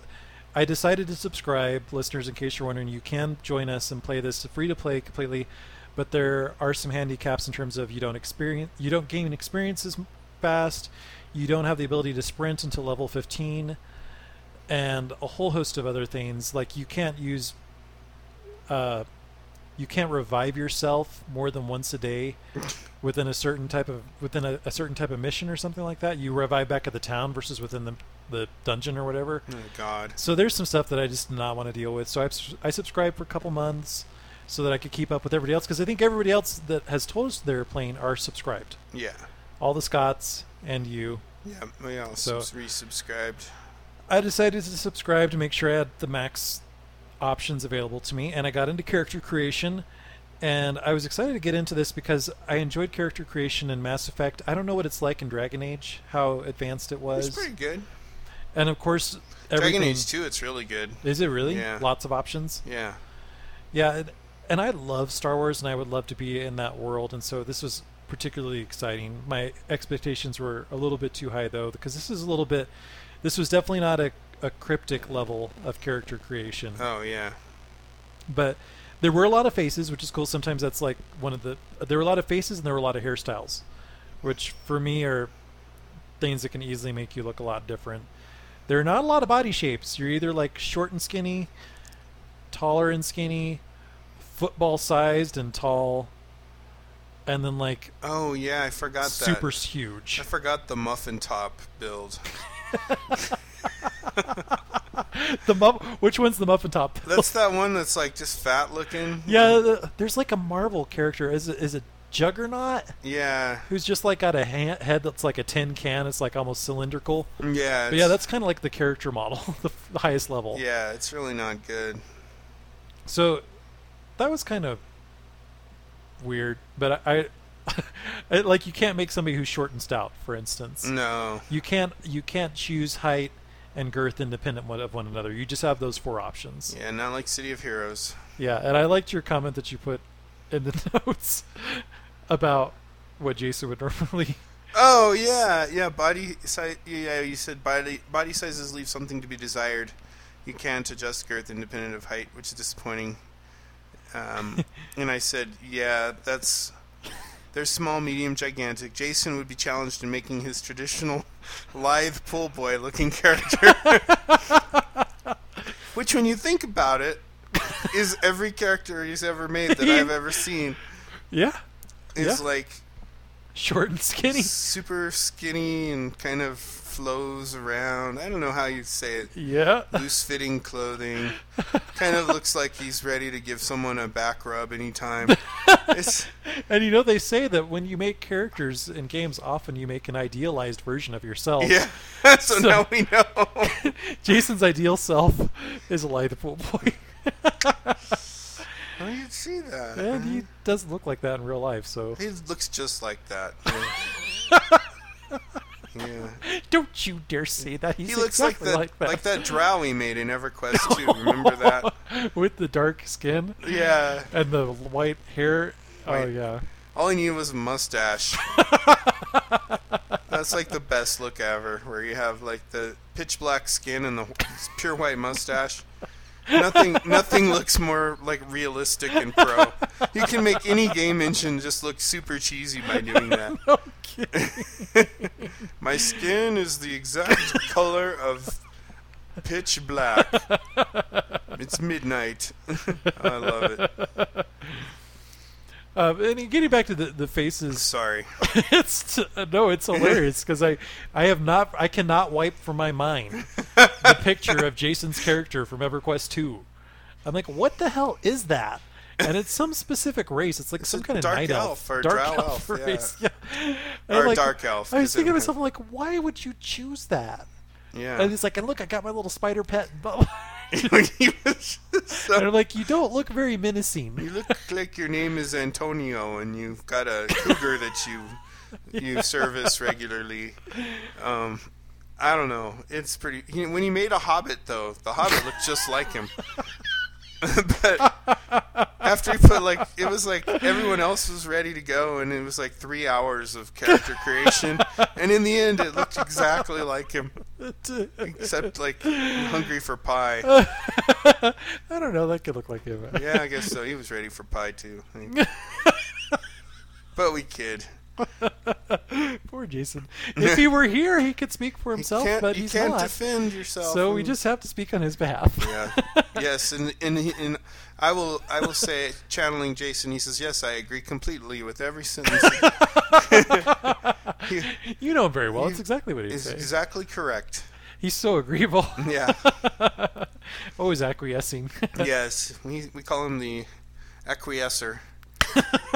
I decided to subscribe, listeners. In case you're wondering, you can join us and play this free to play completely, but there are some handicaps in terms of you don't experience, you don't gain experience as fast, you don't have the ability to sprint until level 15, and a whole host of other things. Like you can't use uh, you can't revive yourself more than once a day within a certain type of within a, a certain type of mission or something like that. You revive back at the town versus within the the dungeon or whatever. Oh God. So there's some stuff that I just did not want to deal with. So I, subs- I subscribed for a couple months so that I could keep up with everybody else because I think everybody else that has told us they're playing are subscribed. Yeah. All the Scots and you. Yeah. We all So- subs- resubscribed. I decided to subscribe to make sure I had the max options available to me, and I got into character creation. And I was excited to get into this because I enjoyed character creation in Mass Effect. I don't know what it's like in Dragon Age, how advanced it was, It's pretty good. and of course, everything. Dragon Age 2, it's really good. Is it really? Yeah. Lots of options. Yeah. Yeah, and- and I love Star Wars, and I would love to be in that world. And so this was particularly exciting. My expectations were a little bit too high, though, because this is a little bit. This was definitely not a, a cryptic level of character creation, Oh yeah. but there were a lot of faces, which is cool. Sometimes that's like one of the. There were a lot of faces, and there were a lot of hairstyles, which for me are things that can easily make you look a lot different. There are not a lot of body shapes. You're either like short and skinny, taller and skinny, football sized and tall, and then like Oh yeah. I forgot that. super huge. I forgot the muffin top build. The muff- which one's the muffin top? That's that one that's like just fat looking. yeah, the- there's like a Marvel character. Is it, is it Juggernaut? Yeah. Who's just like got a ha- head that's like a tin can. It's like almost cylindrical. Yeah. But yeah, it's- that's kind of like the character model, the, f- the highest level. Yeah, it's really not good. So that was kind of weird, but I, I it, like you can't make somebody who's short and stout, for instance. Mm. No. You can't you can't choose height and girth independent one of one another. You just have those four options. Yeah, not like City of Heroes. Yeah, and I liked your comment that you put in the notes about what Jason would normally Oh yeah, yeah. Body size. Yeah, you said body body sizes leave something to be desired. You can't adjust girth independent of height, which is disappointing. Um, and I said, yeah, that's. They're small, medium, gigantic. Jason would be challenged in making his traditional lithe pool boy looking character. Which, when you think about it, is every character he's ever made that I've ever seen. Yeah. Is Yeah. like Short and skinny. super skinny and kind of flows around. I don't know how you say it. Yeah. Loose fitting clothing. kind of looks like he's ready to give someone a back rub anytime. It's, And you know they say that when you make characters in games often you make an idealized version of yourself. yeah. so, Oh. So- now we know. Jason's ideal self is a lithe pool boy. How do you see that? and he does look like that in real life, so He looks just like that. yeah. don't you dare say that. He's He looks exactly like that, like that. that drow we made in EverQuest 2. Remember that? With the dark skin Yeah. and the white hair. Oh White. yeah. All he needed was a mustache. That's like the best look ever, where you have like the pitch black skin and the wh- pure white mustache. Nothing, nothing looks more like realistic and pro. You can make any game engine just look super cheesy by doing that. No kidding. My skin is the exact color of pitch black. It's midnight. I love it. Uh, and getting back to the, the faces, Sorry. it's t- uh, no, it's hilarious because I, I have not, I cannot wipe from my mind the picture of Jason's character from EverQuest Two. I'm like, what the hell is that? And it's some specific race. It's like some a kind of dark night elf or dark drow elf, elf, yeah. race. Yeah. Or I'm like- dark elf, I 'cause was it thinking to would- myself, I'm like, why would you choose that? And Yeah. he's like, and look, I got my little spider pet. and He was just so- I'm like, you don't look very menacing. You look like your name is Antonio, and you've got a cougar that you you service regularly. Um, I don't know. It's pretty. He, when he made a Hobbit, though, the Hobbit looked just like him. but after he put like it was like everyone else was ready to go, and it was like three hours of character creation, and in the end, it looked exactly like him, except like hungry for pie. I don't know. That could look like him. Yeah, I guess so. He was ready for pie too. I think. but we kid. Poor Jason. If he were here, he could speak for You himself, can't, but you he's can't not. defend yourself. so we and- just have to speak on his behalf. yeah. Yes, and, and he- and I will I will say channeling Jason. He says, "Yes, I agree completely with every sentence. you know him very well. It's You- exactly what he's Is saying. exactly correct." He's so agreeable. Yeah. Always acquiescing. yes, we we call him the acquiescer.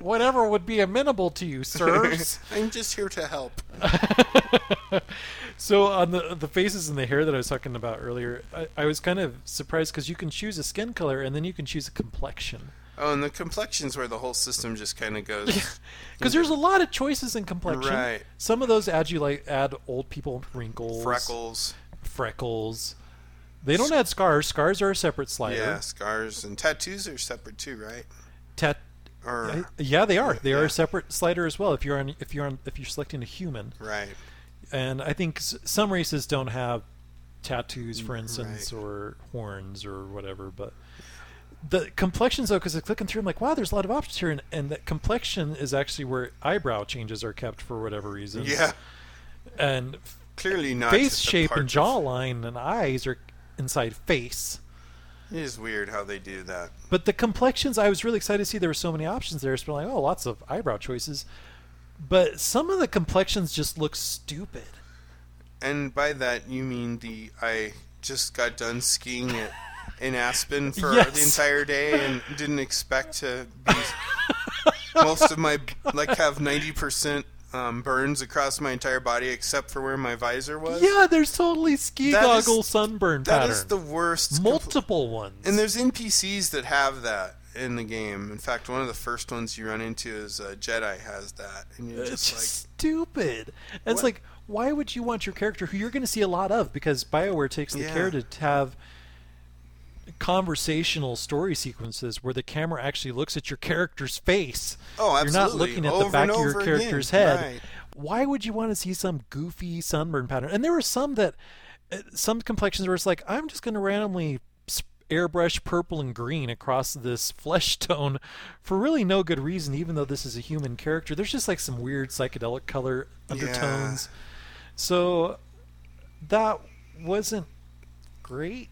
Whatever would be amenable to you, sirs. I'm just here to help. So on the the faces and the hair that I was talking about earlier, I, I was kind of surprised because you can choose a skin color and then you can choose a complexion. Oh, and the complexion's where the whole system just kind of goes. Because there's a lot of choices in complexion. Mm. Right. Some of those add you like add old people wrinkles, Freckles, freckles. They don't add scars. Scars are a separate slider. yeah, scars, and tattoos are separate too, right? Tat- Or yeah, they are. They are Er. Yeah. a separate slider as well. If you're on, if you're on, if you're selecting a human, Right. and I think s- some races don't have tattoos, Mm, for instance, or horns or whatever. But the complexions, though, because clicking through, I'm like, wow, there's a lot of options here, and, and that complexion is actually where eyebrow changes are kept for whatever reason. Yeah. and Clearly not. face a shape part and of- jawline and eyes are inside face. It is weird how they do that. But the complexions, I was really excited to see there were so many options there. It's been like, oh, lots of eyebrow choices. But some of the complexions just look stupid. And by that you mean the I just got done skiing it in Aspen for Yes. the entire day and didn't expect to be most of my like have ninety percent um, burns across my entire body except for where my visor was. Yeah, there's totally ski That is- goggle sunburn that pattern. is the worst. compl- multiple ones. And there's NPCs that have that in the game. In fact, one of the first ones you run into is uh, Jedi has that, and you're it's just just, like, stupid. And it's What? like, why would you want your character who you're going to see a lot of? Because Bioware takes the Yeah. care to have conversational story sequences where the camera actually looks at your character's face. Oh, You're not absolutely. looking at Over the back and of your over again. character's head. Right. Why would you want to see some goofy sunburn pattern? And there were some that, uh, some complexions where it's like, I'm just going to randomly sp- airbrush purple and green across this flesh tone for really no good reason, even though this is a human character. There's just like some weird psychedelic color undertones. So that wasn't great.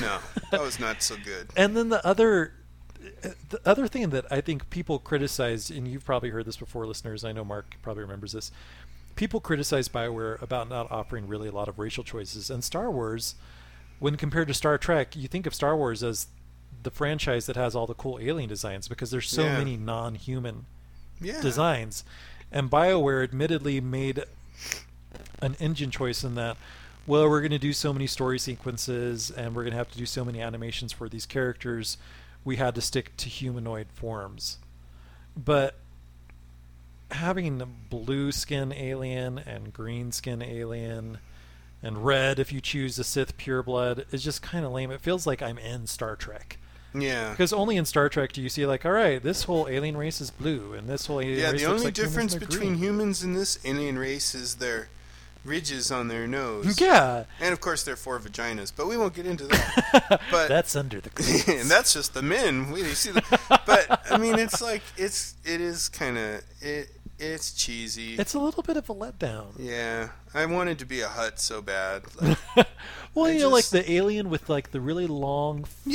no, that was not so good. And then the other the other thing that I think people criticized, and you've probably heard this before, listeners. I know Mark probably remembers this. People criticize Bioware about not offering really a lot of racial choices. And Star Wars, when compared to Star Trek, you think of Star Wars as the franchise that has all the cool alien designs because there's so Yeah. many non-human Yeah. designs. And BioWare admittedly made an engine choice in that, well, we're going to do so many story sequences and we're going to have to do so many animations for these characters. We had to stick to humanoid forms. But having a blue skin alien and green skin alien and red if you choose a Sith pureblood is just kind of lame. It feels like I'm in Star Trek. Yeah. Because only in Star Trek do you see like, all right, this whole alien race is blue, and this whole alien Yeah, race the looks only like humans difference and they're between green. humans and this alien race is their ridges on their nose. yeah, And of course, their four vaginas, but we won't get into that. But that's under the clothes. and that's just the men. We see the, but I mean, it's like it's it is kind of it it's cheesy. it's a little bit of a letdown. yeah, I wanted to be a hut so bad. Like, Well, I you know, like just- the alien with like the really long flat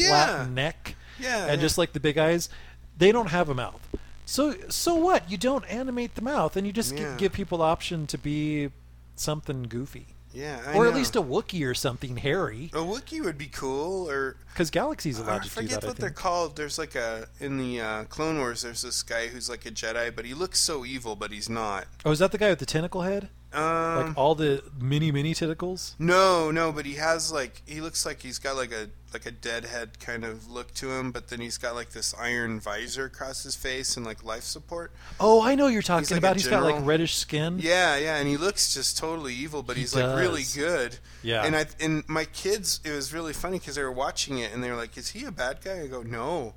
Yeah. neck, yeah, and yeah. just like the big eyes, they don't have a mouth. So so what? You don't animate the mouth, and you just gi- Yeah. give people the option to be something goofy, yeah, I or at know. least a Wookiee or something hairy, a Wookiee would be cool, or because Galaxy's I allowed to do forget that. I what they're think. called. There's like a in the uh, Clone Wars. There's this guy who's like a Jedi, but he looks so evil, but he's not. Oh, is that the guy with the tentacle head? Um, Like all the mini mini tentacles? no, no, but he has like he looks like he's got like a like a deadhead kind of look to him, but then he's got like this iron visor across his face and like life support. Oh, I know you're talking like a about. He's got like general. reddish skin. Yeah, yeah, and he looks just totally evil, but he's like really does. good. Yeah. and I and my kids, it was really funny because they were watching it and they were like, "Is he a bad guy?" I go, "No,"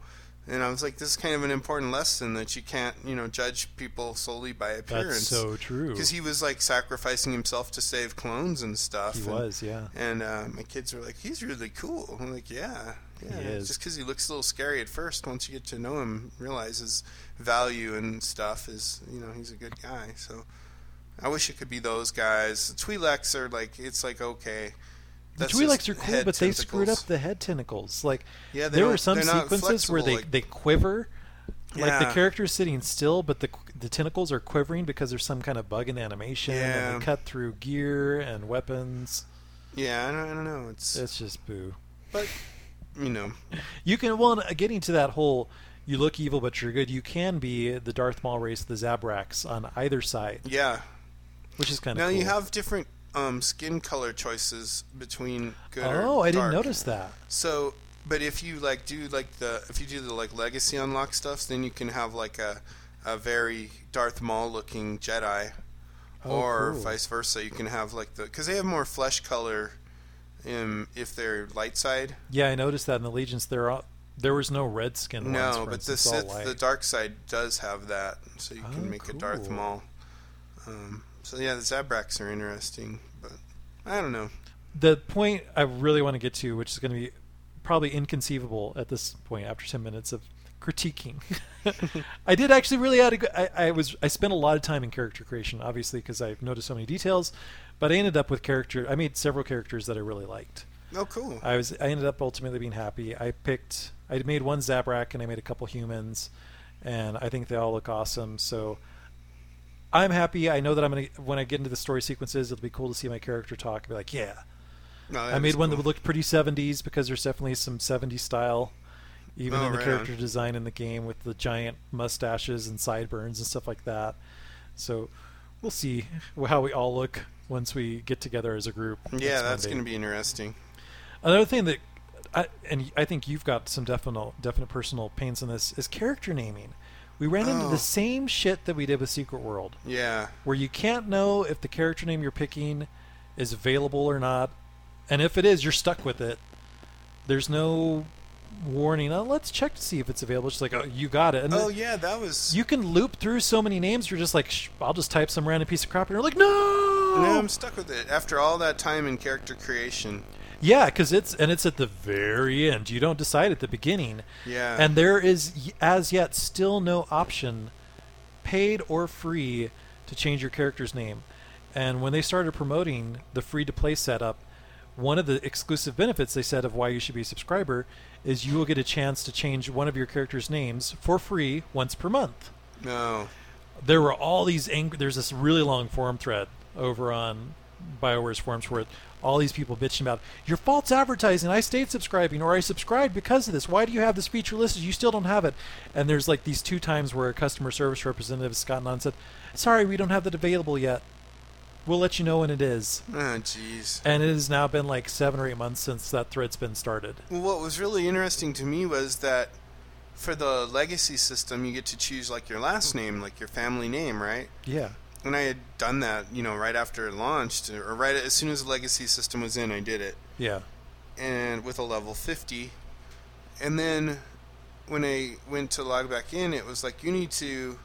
and I was like, "This is kind of an important lesson that you can't, you know, judge people solely by appearance." That's so true. Because he was like sacrificing himself to save clones and stuff. He and, was, yeah. And uh, my kids were like, "He's really cool." I'm like, "Yeah, yeah." He is. Just because he looks a little scary at first, once you get to know him, realize his value and stuff is, you know, he's a good guy. So, I wish it could be those guys. The Twi'leks are like, it's like okay. The That's Twi'leks just are cool, head but they screwed tentacles. up the head tentacles. Like Yeah, they there were don't- some they're not sequences where they flexible, like- they quiver. Like the Yeah. character's sitting still, but the qu- the tentacles are quivering because there's some kind of bug in animation, and Yeah. they cut through gear and weapons. Yeah, I don't, I don't know. It's It's just boo. but you know, You can well uh, getting to that whole you look evil but you're good. You can be the Darth Maul race, the Zabraks on either side, yeah. which is kind of Now cool. you have different um, skin color choices between good. or oh, I didn't dark. notice that. So, but if you like do like the if you do the like legacy unlock stuffs, then you can have like a a very Darth Maul looking Jedi, or Oh, cool. vice versa. You can have like the because they have more flesh color, um, if they're light side. Yeah, I noticed that in Allegiance there are, there was no red skin ones. No, for but the instance, all Sith, white. the dark side does have that, so you Oh, can make a Darth cool. Maul. Um, so yeah, the Zabraks are interesting, but I don't know. the point I really want to get to, which is going to be probably inconceivable at this point after 10 minutes of critiquing. I did actually really add a good, I, I was, I spent a lot of time in character creation, obviously, because I've noticed so many details, but I ended up with character, I made several characters that I really liked. Oh, cool. I was, I ended up ultimately being happy. I picked, I made one Zabrak and I made a couple humans and I think they all look awesome. So I'm happy. I know that I'm going to, when I get into the story sequences, it'll be cool to see my character talk and be like, yeah, No, that I made was one that cool. would look pretty 70s because there's definitely some 70s style, even Oh, in the right character on. design in the game with the giant mustaches and sideburns and stuff like that. So we'll see wh- how we all look once we get together as a group. Yeah, that's going to be interesting. another thing that, I, and I think you've got some definite definite personal pains in this is character naming. We ran into Oh. the same shit that we did with Secret World Yeah. where you can't know if the character name you're picking is available or not. And if it is, you're stuck with it. There's no warning. Oh, let's check to see if it's available. It's just like, oh, you got it. And Oh it- yeah, that was. you can loop through so many names. You're just like, Shh, I'll just type some random piece of crap. And you're like, no! No, I'm stuck with it after all that time in character creation. Yeah, because it's, and it's at the very end. You don't decide at the beginning. Yeah. And there is, y- as yet, still no option, paid or free, to change your character's name. And when they started promoting the free to play setup, one of the exclusive benefits they said of why you should be a subscriber is you will get a chance to change one of your character's names for free once per month. No. There were all these angry. There's this really long forum thread over on BioWare's forums where all these people bitching about your false advertising. I stayed subscribing, or I subscribed because of this. Why do you have this feature listed? You still don't have it. And there's like these two times where a customer service representative has gotten on and said, "Sorry, we don't have that available yet. We'll let you know when it is." Oh jeez. And it has now been like seven or eight months since that thread's been started. Well, what was really interesting to me was that for the legacy system, you get to choose like your last name, like your family name, right? Yeah. And I had done that, you know, right after it launched, or right as soon as the legacy system was in, I did it, Yeah. and with a level 50. and then when I went to log back in, it was like you need to.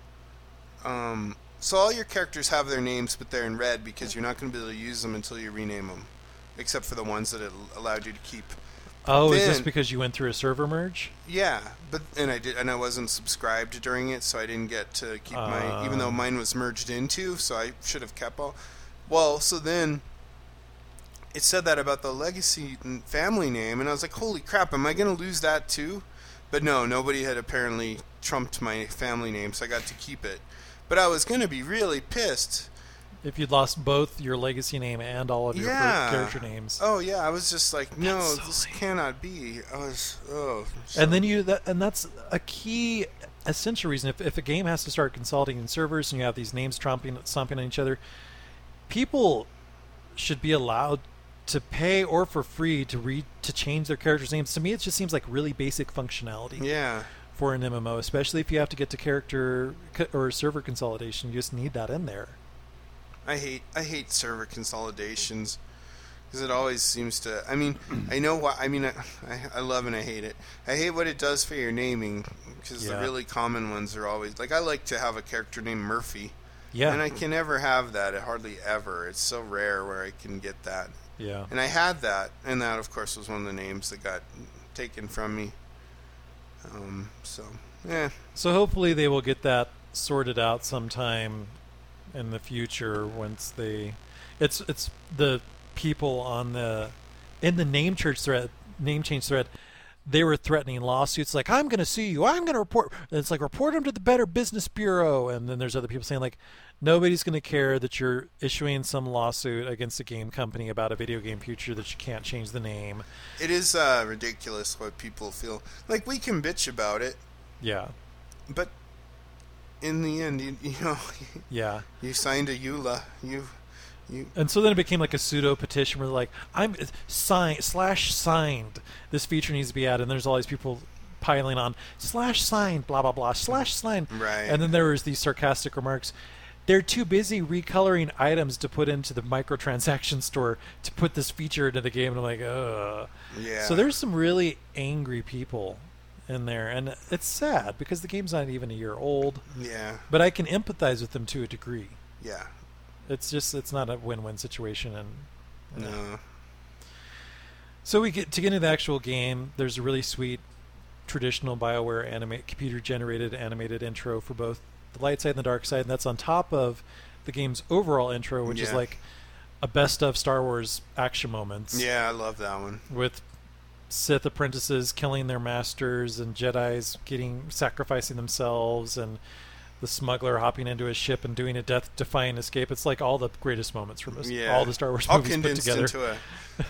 Um, so all your characters have their names, but they're in red because you're not going to be able to use them until you rename them, except for the ones that it allowed you to keep. Oh, is this Then- because you went through a server merge? Yeah, but and I did, and I wasn't subscribed during it, so I didn't get to keep my. Even Uh. though mine was merged into, so I should have kept all. Well, so then it said that about the legacy n- family name, and I was like, "Holy crap! Am I going to lose that too?" But no, nobody had apparently trumped my family name, so I got to keep it. But I was going to be really pissed. If you'd lost both your legacy name and all of your first Yeah. character names, Oh yeah, I was just like, "No, That's so this lame. cannot be." I was, oh. so- and then you that, and that's a key essential reason. If, if a game has to start consolidating servers and you have these names tromping stomping on each other, people should be allowed to pay or for free to read to change their characters' names. To me, it just seems like really basic functionality. yeah. for an MMO, especially if you have to get to character co- or server consolidation. You just need that in there. I hate I hate server consolidations because it always seems to. I mean, I know why. I mean, I, I, I love and I hate it. I hate what it does for your naming because the Yeah. really common ones are always like I like to have a character named Murphy, Yeah, and I can never have that. Hardly ever. It's so rare where I can get that. yeah. And I had that, and that of course was one of the names that got taken from me. Um. So yeah. So hopefully they will get that sorted out sometime in the future once they. It's it's the people on the in the name church thread name change thread. They were threatening lawsuits, like I'm going to sue you. I'm going to report. And it's like report them to the Better Business Bureau, and then there's other people saying like nobody's going to care that you're issuing some lawsuit against a game company about a video game future that you can't change the name. It is uh, ridiculous what people feel. Like we can bitch about it, Yeah, but in the end, you, you know, yeah. you signed a EULA. You, you. And so then it became like a pseudo petition where they're like I'm signed slash signed this feature needs to be added and there's all these people piling on slash signed blah blah blah slash signed Right. and then there was these sarcastic remarks they're too busy recoloring items to put into the microtransaction store to put this feature into the game and I'm like ugh Yeah. so there's some really angry people in there and it's sad because the game's not even a year old Yeah, but I can empathize with them to a degree yeah. it's just it's not a win-win situation and No. So we get to get into the actual game. There's a really sweet traditional Bioware anime, computer-generated animated intro for both the light side and the dark side, and that's on top of the game's overall intro, which is Yeah. like a best of Star Wars action moments Yeah, I love that one. with Sith apprentices killing their masters and Jedi's getting sacrificing themselves and the smuggler hopping into a ship and doing a death-defying escape. It's like all the greatest moments from us- Yeah. all the Star Wars All movies put condensed together. into a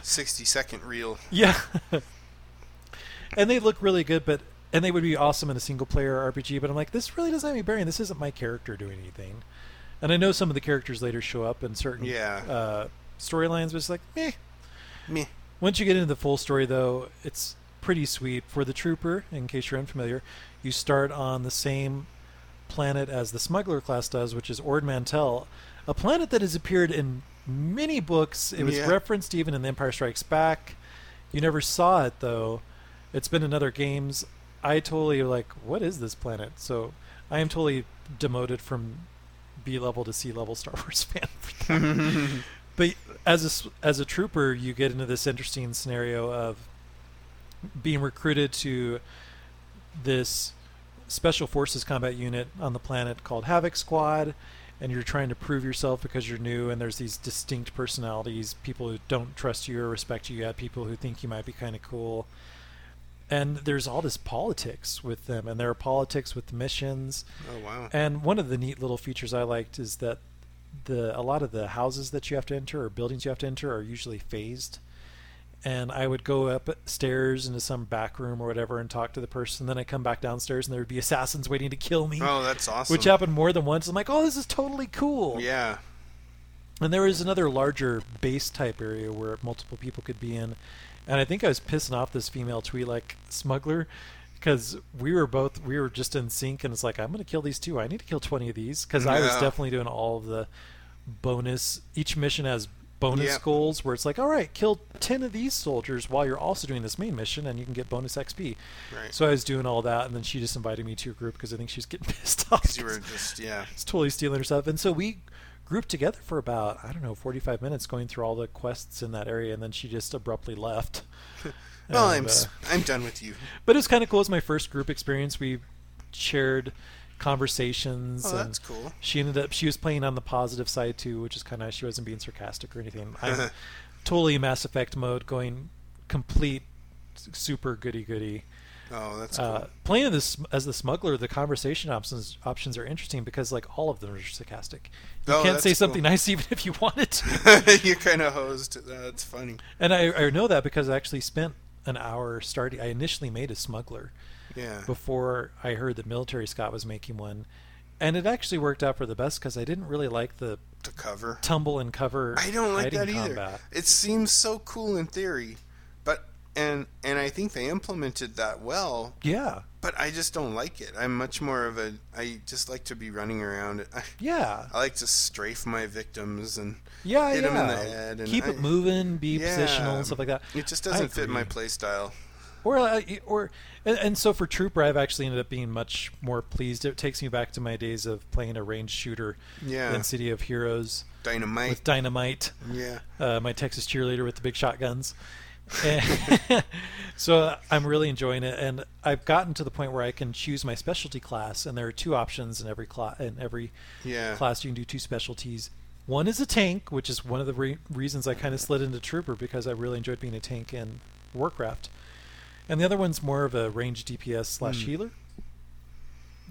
sixty-second reel. Yeah. and they look really good, but and they would be awesome in a single player RPG, but I'm like, this really doesn't have any bearing. This isn't my character doing anything. And I know some of the characters later show up in certain Yeah. uh, storylines, but it's like, meh. Meh. Once you get into the full story, though, it's pretty sweet. For the Trooper, in case you're unfamiliar, you start on the same planet as the Smuggler class does, which is Ord Mantell, a planet that has appeared in many books. It was Yeah. referenced even in The Empire Strikes Back. You never saw it, though. It's been in other games. I totally like, what is this planet? So I am totally demoted from B level to C level Star Wars fan for that but as a s- as a trooper, you get into this interesting scenario of being recruited to this special forces combat unit on the planet called Havoc Squad, and you're trying to prove yourself because you're new. And there's these distinct personalities: people who don't trust you or respect you yet, people who think you might be kind of cool. And there's all this politics with them, and there are politics with missions. Oh wow. And one of the neat little features I liked is that the a lot of the houses that you have to enter or buildings you have to enter are usually phased. And I would go upstairs into some back room or whatever and talk to the person. Then I come back downstairs and there would be assassins waiting to kill me, Oh, that's awesome. which happened more than once. I'm like, oh, this is totally cool. Yeah. And there was another larger base type area where multiple people could be in. And I think I was pissing off this female tweet like smuggler because we were both we were just in sync and it's like I'm gonna kill these two. I need to kill 20 of these because I was Yeah. definitely doing all of the bonus. Each mission has bonus Yep. goals where it's like, all right, kill 10 of these soldiers while you're also doing this main mission and you can get bonus XP. Right. So I was doing all that and then she just invited me to her group because I think she was getting pissed off. 'Cause you were just yeah. It's totally stealing her stuff. And so we grouped together for about, I don't know, 45 minutes going through all the quests in that area and then she just abruptly left. Well, And, I'm s uh, am done with you. but it was kind of cool. It was my first group experience. We shared conversations. Oh, and that's cool. She ended up. She was playing on the positive side too, which is kind of. She wasn't being sarcastic or anything. I'm totally Mass Effect mode, going complete s- super goody goody. Oh, that's cool. Uh, playing this as the smuggler, the conversation options options are interesting because like all of them are sarcastic. You Oh, can't say that's something cool. nice even if you wanted to. You're kind of hosed. That's funny. And I, I know that because I actually spent an hour starting. I initially made a smuggler Yeah. before I heard that Military Scott was making one, and it actually worked out for the best because I didn't really like the to cover. tumble and cover. I don't like hiding that either. combat. It seems so cool in theory, but and and I think they implemented that well. Yeah, But I just don't like it. I'm much more of a. I just like to be running around. I, yeah, I like to strafe my victims and yeah, hit yeah. 'em in the head and Keep I- it moving, be Yeah. positional and stuff like that. It just I doesn't fit agree. my play style. Or, uh, or, and, and so for Trooper, I've actually ended up being much more pleased. It takes me back to my days of playing a ranged shooter Yeah. in City of Heroes Dynamite. with dynamite. yeah. uh, my Texas cheerleader with the big shotguns. And- so uh, I'm really enjoying it, and I've gotten to the point where I can choose my specialty class, and there are two options in every class. In every Yeah. class, you can do two specialties. One is a tank, which is one of the re- reasons I kind of slid into trooper because I really enjoyed being a tank in Warcraft, and the other one's more of a range DPS slash healer.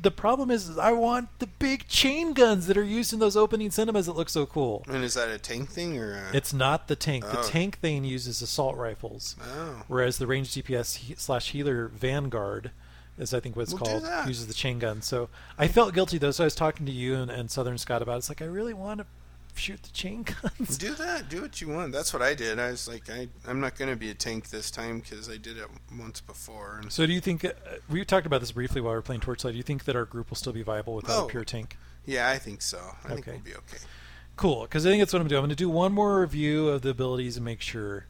The problem is, is I want the big chain guns that are used in those opening cinemas that look so cool. And is that a tank thing or? A, It's not the tank. The Oh. tank thing uses assault rifles, oh. whereas the range DPS he- slash healer Vanguard, as I think what it's Well, do called, that. uses the chain gun. So I felt guilty though. So I was talking to you and, and Southern Scott about. It. It's like I really want to shoot the chain guns. Do that. Do what you want. That's what I did. I was like, I, I'm not going to be a tank this time because I did it once before. And So do you think uh, we talked about this briefly while we were playing Torchlight? Do you think that our group will still be viable without Oh. a pure tank? yeah, I think so. I think Okay. we'll be okay. Cool, because I think that's what I'm doing. I'm going to do one more review of the abilities and make sure.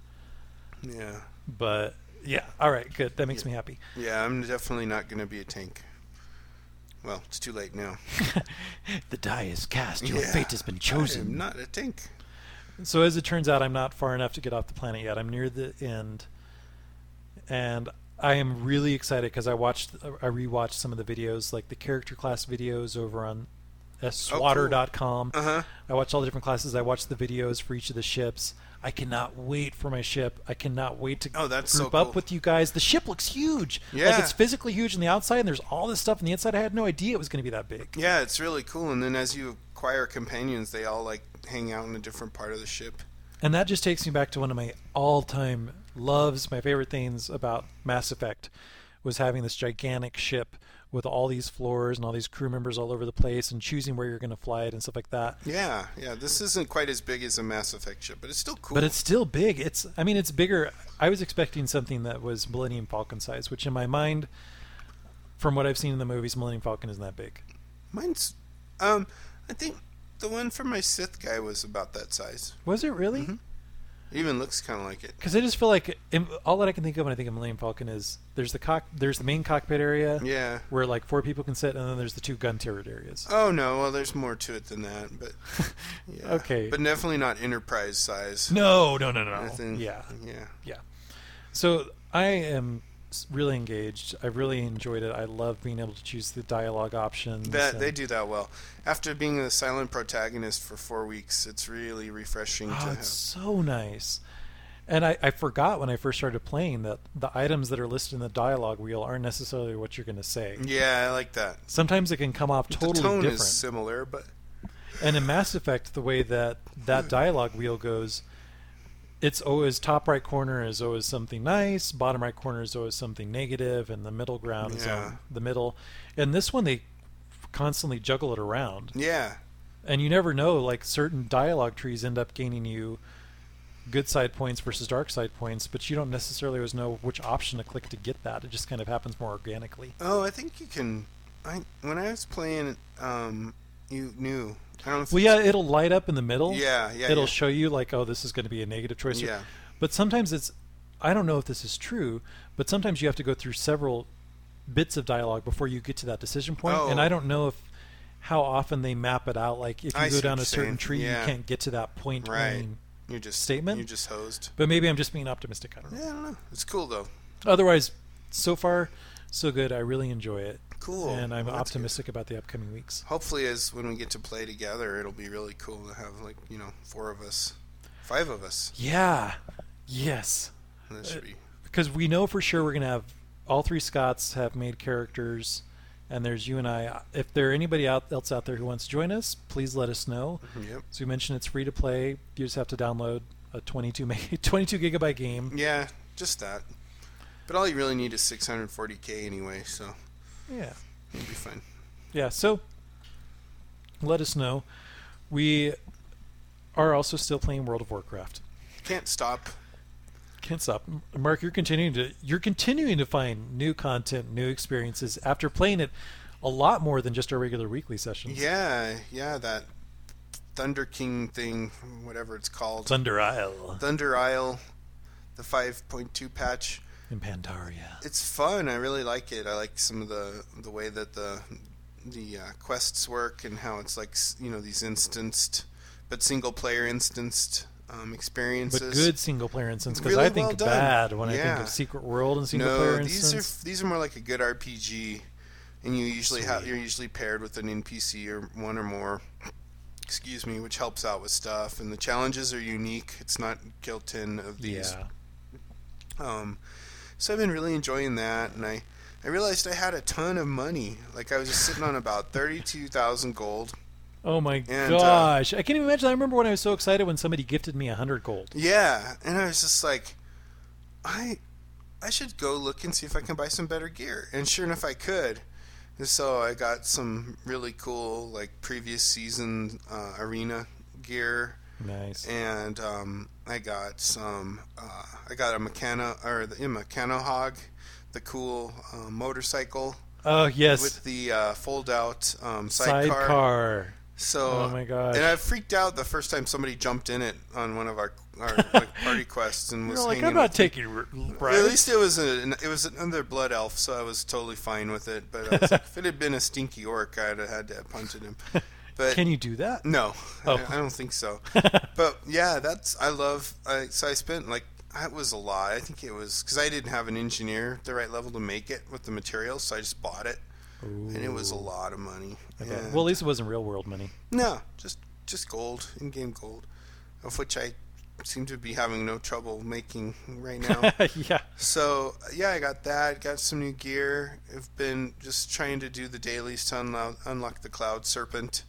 Yeah. But yeah, all right, good. That makes me happy. Yeah, I'm definitely not going to be a tank. Well, it's too late now. The die is cast. Your Yeah. fate has been chosen. I'm not a tank. So as it turns out, I'm not far enough to get off the planet yet. I'm near the end, and I am really excited because I watched, I rewatched some of the videos, like the character class videos over on swatter.com. Oh, Uh-huh. I watched all the different classes. I watched the videos for each of the ships. I cannot wait for my ship. I cannot wait to Oh, that's so group up cool. with you guys. The ship looks huge. Yeah. Like it's physically huge on the outside, and there's all this stuff on the inside. I had no idea it was going to be that big. Yeah, it's really cool. And then as you acquire companions, they all like hang out in a different part of the ship. And that just takes me back to one of my all time loves, my favorite things about Mass Effect was having this gigantic ship with all these floors and all these crew members all over the place and choosing where you're going to fly it and stuff like that. Yeah, yeah. This isn't quite as big as a Mass Effect ship, but it's still cool. But it's still big. It's, I mean, it's bigger. I was expecting something that was Millennium Falcon size, which in my mind, from what I've seen in the movies, Millennium Falcon isn't that big. mine's. Um, I think the one for my Sith guy was about that size. Was it really? It even looks kind of like it. Because I just feel like im- all that I can think of when I think of Millennium Falcon is there's the cock, there's the main cockpit area. Yeah. where like four people can sit, and then there's the two gun turret areas. Oh no, well there's more to it than that, but yeah. Okay. But definitely not enterprise size. No, no, no, I no. think- Yeah, Yeah. yeah. So I am s- really engaged. I really enjoyed it. I love being able to choose the dialogue options. That and- they do that well. After being the silent protagonist for four weeks, it's really refreshing to Oh, have. it's so nice. And I, I forgot when I first started playing that the items that are listed in the dialogue wheel aren't necessarily what you're going to say. Yeah, I like that. Sometimes it can come off the totally tone different. is similar, but And in Mass Effect, the way that that dialogue wheel goes, it's always top right corner is always something nice, bottom right corner is always something negative, and the middle ground is Yeah. on the middle. And this one, they constantly juggle it around, yeah, and you never know. Like certain dialogue trees end up gaining you good side points versus dark side points, but you don't necessarily always know which option to click to get that. It just kind of happens more organically. Oh, I think you can. I when I was playing um, You knew. I don't know if Well, yeah, it'll light up in the middle. Yeah, yeah, It'll yeah. show you like, oh, this is going to be a negative choice. Yeah. But sometimes it's, I don't know if this is true, but sometimes you have to go through several bits of dialogue before you get to that decision point, and Oh. I don't know if how often they map it out. Like if you I see go what down a you're certain saying. tree, Yeah. you can't get to that point. Right. when- you just statement? You just hosed. but maybe I'm just being optimistic. I don't know. Yeah, I don't know. It's cool though. Otherwise, so far, so good. I really enjoy it, Cool. and I'm Well, that's good. optimistic about the upcoming weeks. Hopefully, as when we get to play together, it'll be really cool to have like you know four of us, five of us. Yeah. Yes. That should be. because we know for sure we're gonna have all three Scots have made characters, and there's you and I. If there are anybody out, else out there who wants to join us, please let us know. Yep. So we mentioned it's free to play. You just have to download a 22 meg 22 gigabyte game. Yeah, just that. But all you really need is 640k anyway, so Yeah, it'll be fine. yeah. So let us know. We are also still playing World of Warcraft. Can't stop. Can't stop, M- Mark. You're continuing to you're continuing to find new content, new experiences after playing it a lot more than just our regular weekly sessions. Yeah, yeah, that Thunder King thing, whatever it's called. Thunder Isle Thunder Isle, the 5.2 patch. in Pandaria. It's fun. I really like it. I like some of the the way that the the uh, quests work and how it's like s- you know these instanced, but single player instanced um, experiences. But good single player instance because Really I think well done. bad when I think Yeah. of Secret World and single No, player these instance. are these are more like a good RPG, and you usually have you're usually paired with an NPC or one or more. Excuse me, which helps out with stuff, and the challenges are unique. It's not kill ten of these. yeah, Um, so I've been really enjoying that, and I I realized I had a ton of money. Like I was just sitting on about thirty two thousand gold. Oh my And, uh, gosh! I can't even imagine. I remember when I was so excited when somebody gifted me a hundred gold. Yeah, and I was just like, I I should go look and see if I can buy some better gear. And sure enough, I could. And so I got some really cool like previous season uh, arena gear, Nice. and um, I got some uh, I got a Meccano or the yeah, Meccano Hog, the cool uh, motorcycle oh yes, with the uh, fold out um, sidecar. sidecar. So Oh my gosh. And I freaked out the first time somebody jumped in it on one of our our like, party quests and was You're like, hanging I'm not with taking r- me. At bribes. least it was a, it was another blood elf, so I was totally fine with it. But I was like, if it had been a stinky orc, I'd have had to have punted him. But Can you do that? no, Oh. I, I don't think so. but yeah, that's I love. I, so I spent like that was a lot. I think it was because I didn't have an engineer at the right level to make it with the materials, so I just bought it, and it was a lot of money. And- Well, at least it wasn't real world money. no, just just gold, in-game gold, of which I seem to be having no trouble making right now. yeah. so yeah, I got that. Got some new gear. I've been just trying to do the dailies to unlo- unlock the Cloud Serpent,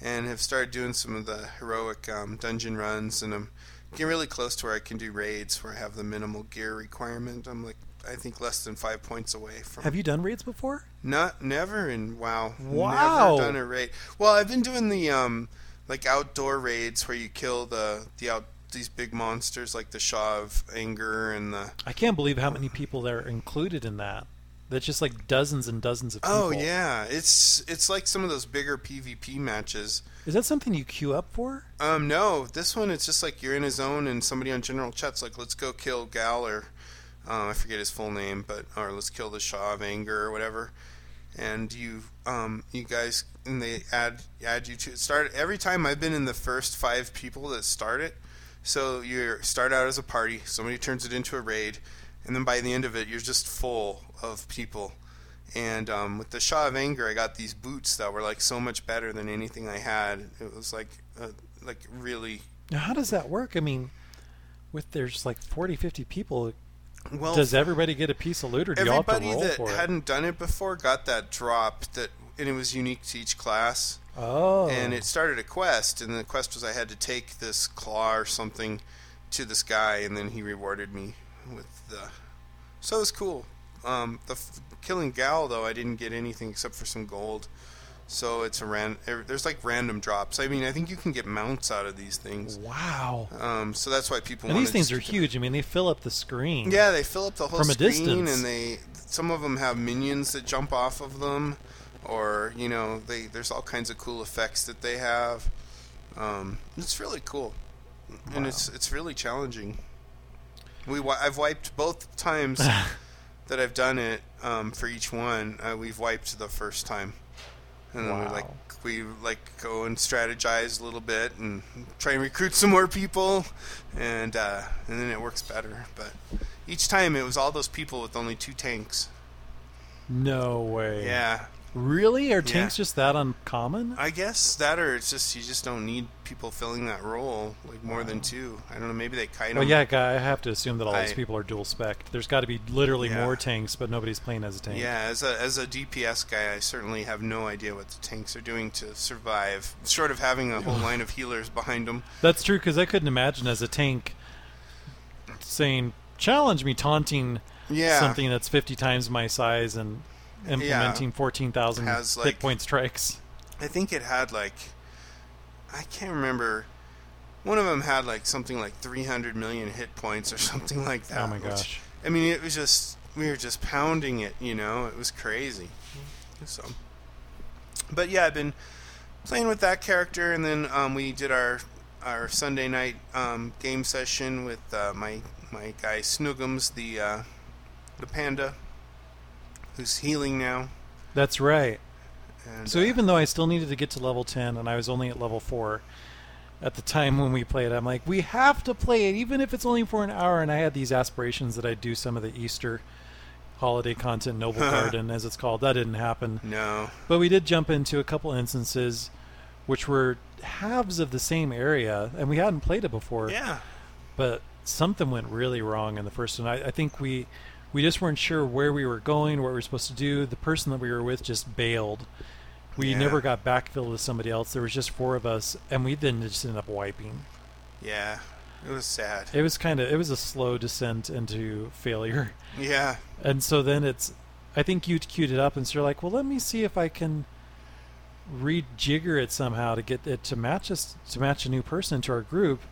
and have started doing some of the heroic um, dungeon runs. And I'm getting really close to where I can do raids where I have the minimal gear requirement. I'm like. I think less than five points away from Have you done raids before? not never in WoW. Wow. Never done a raid. Well, I've been doing the um like outdoor raids where you kill the the out these big monsters like the Shaw of Anger and the I can't believe how many people are included in that. That's just like dozens and dozens of people. Oh yeah, it's it's like some of those bigger PvP matches. Is that something you queue up for? Um no, this one it's just like you're in a zone and somebody on general chat's like let's go kill Gal or uh, I forget his full name, but or let's kill the Shaw of Anger or whatever. and you um, you guys and they add add you to start every time I've been in the first five people that start it. So you start out as a party, somebody turns it into a raid, and then by the end of it, you're just full of people. And um, with the Shaw of Anger, I got these boots that were like so much better than anything I had. It was like uh, like really Now, how does that work? I mean, with there's like 40, 50 people, well does everybody get a piece of loot or do y'all have to everybody roll that for it? hadn't done it before got that drop that and it was unique to each class. oh, and it started a quest and the quest was i had to take this claw or something to this guy and then he rewarded me with the so it was cool um, the f- killing gal though i didn't get anything except for some gold so it's a ran er, there's like random drops i mean i think you can get mounts out of these things wow. um, so that's why people and wanna these things just are keep it- huge. I mean, they fill up the screen. yeah they fill up the whole From a screen distance. and they some of them have minions that jump off of them or you know they there's all kinds of cool effects that they have. Um, it's really cool, and it's it's really challenging. We wi- I've wiped both times that I've done it um, for each one. Uh, we've wiped the first time, and then we Wow. like we like go and strategize a little bit and try and recruit some more people, and uh, and then it works better. But each time it was all those people with only two tanks. No way. Yeah, Really? Are tanks just that uncommon? I guess that, or it's just you just don't need people filling that role like more than two. I don't know. Maybe they kite Well, them. yeah, guy. I have to assume that all these I- people are dual spec. There's got to be literally Yeah. more tanks, but nobody's playing as a tank. Yeah, as a as a DPS guy, I certainly have no idea what the tanks are doing to survive, short of having a whole line of healers behind them. That's true because I couldn't imagine as a tank saying "challenge me," taunting Yeah. something that's 50 times my size and implementing 14,000 Has, hit like- point strikes. I think it had like I can't remember. One of them had like something like 300 million hit points or something like that. Oh my which- gosh. I mean, it was just we were just pounding it, you know. It was crazy. Mm-hmm. So, but yeah, I've been playing with that character, and then um, we did our our Sunday night um, game session with uh, my my guy Snoogums, the uh, the panda, who's healing now. That's right. And, So uh, even though I still needed to get to level 10 and I was only at level 4 at the time when we played, I'm like, we have to play it even if it's only for an hour. And I had these aspirations that I'd do some of the Easter holiday content, Noble Garden, as it's called. That didn't happen. no, But we did jump into a couple instances which were halves of the same area, and we hadn't played it before. yeah, But something went really wrong in the first one. I, I think we we just weren't sure where we were going, what we were supposed to do. The person that we were with just bailed. We Yeah. never got backfilled with somebody else. There was just four of us, and we then just ended up wiping. yeah. It was sad. It was kind of it was a slow descent into failure. Yeah, And so then it's, I think you queued it up, and so you're like, well, let me see if I can rejigger it somehow to get it to match us to match a new person to our group.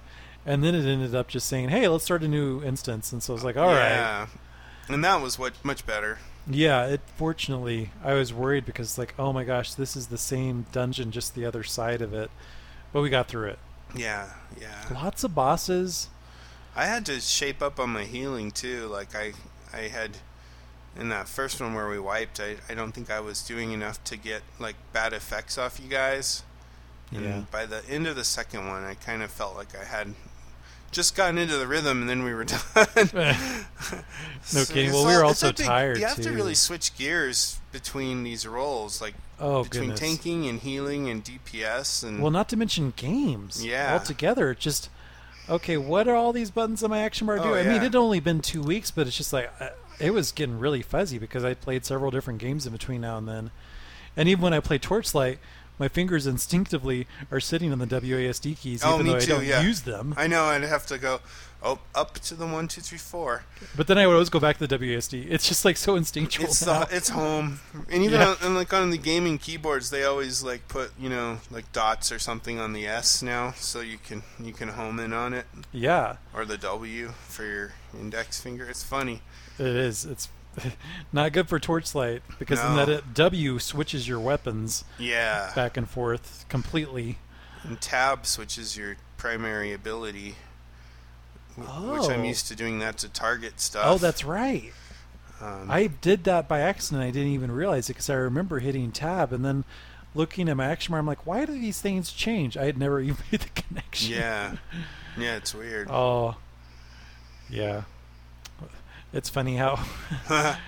And then it ended up just saying, hey, let's start a new instance. And so I was like, all right, yeah. yeah. And that was what much better. it fortunately I was worried because like, oh my gosh, this is the same dungeon, just the other side of it. But we got through it. Yeah, yeah. Lots of bosses. I had to shape up on my healing too. Like I, I had in that first one where we wiped. I, I don't think I was doing enough to get like bad effects off you guys. And Yeah. by the end of the second one, I kind of felt like I had just gotten into the rhythm, and then we were done. no So kidding. it's Well, we were all- also it's a big- tired You have too. to really switch gears between these roles, like oh between goodness. tanking and healing and DPS and Well, not to mention games. Mm. Yeah. Altogether, it's just okay. What are all these buttons on my action bar do? Oh, I mean, yeah. it'd only been two weeks, but it's just like I, it was getting really fuzzy because I played several different games in between now and then, and even when I play Torchlight, my fingers instinctively are sitting on the WASD keys, Oh, even me though too, I don't yeah. use them. I know I'd have to go oh, up to the one, two, three, four. But then I would always go back to the WASD. It's just like so instinctual. It's now. the, it's home, and even Yeah. on, and like on the gaming keyboards, they always like put you know like dots or something on the S now, so you can you can home in on it yeah, or the W for your index finger. It's funny. it is. It's not good for Torchlight because then No. that it, W switches your weapons Yeah, back and forth completely. and tab switches your primary ability, w- which I'm Oh. used to doing that to target stuff. Oh, that's right. um, I did that by accident. I didn't even realize it because I remember hitting tab and then looking at my action bar. I'm like, why do these things change? I had never even made the connection. yeah, yeah. It's weird. Oh, yeah. It's funny how Oh.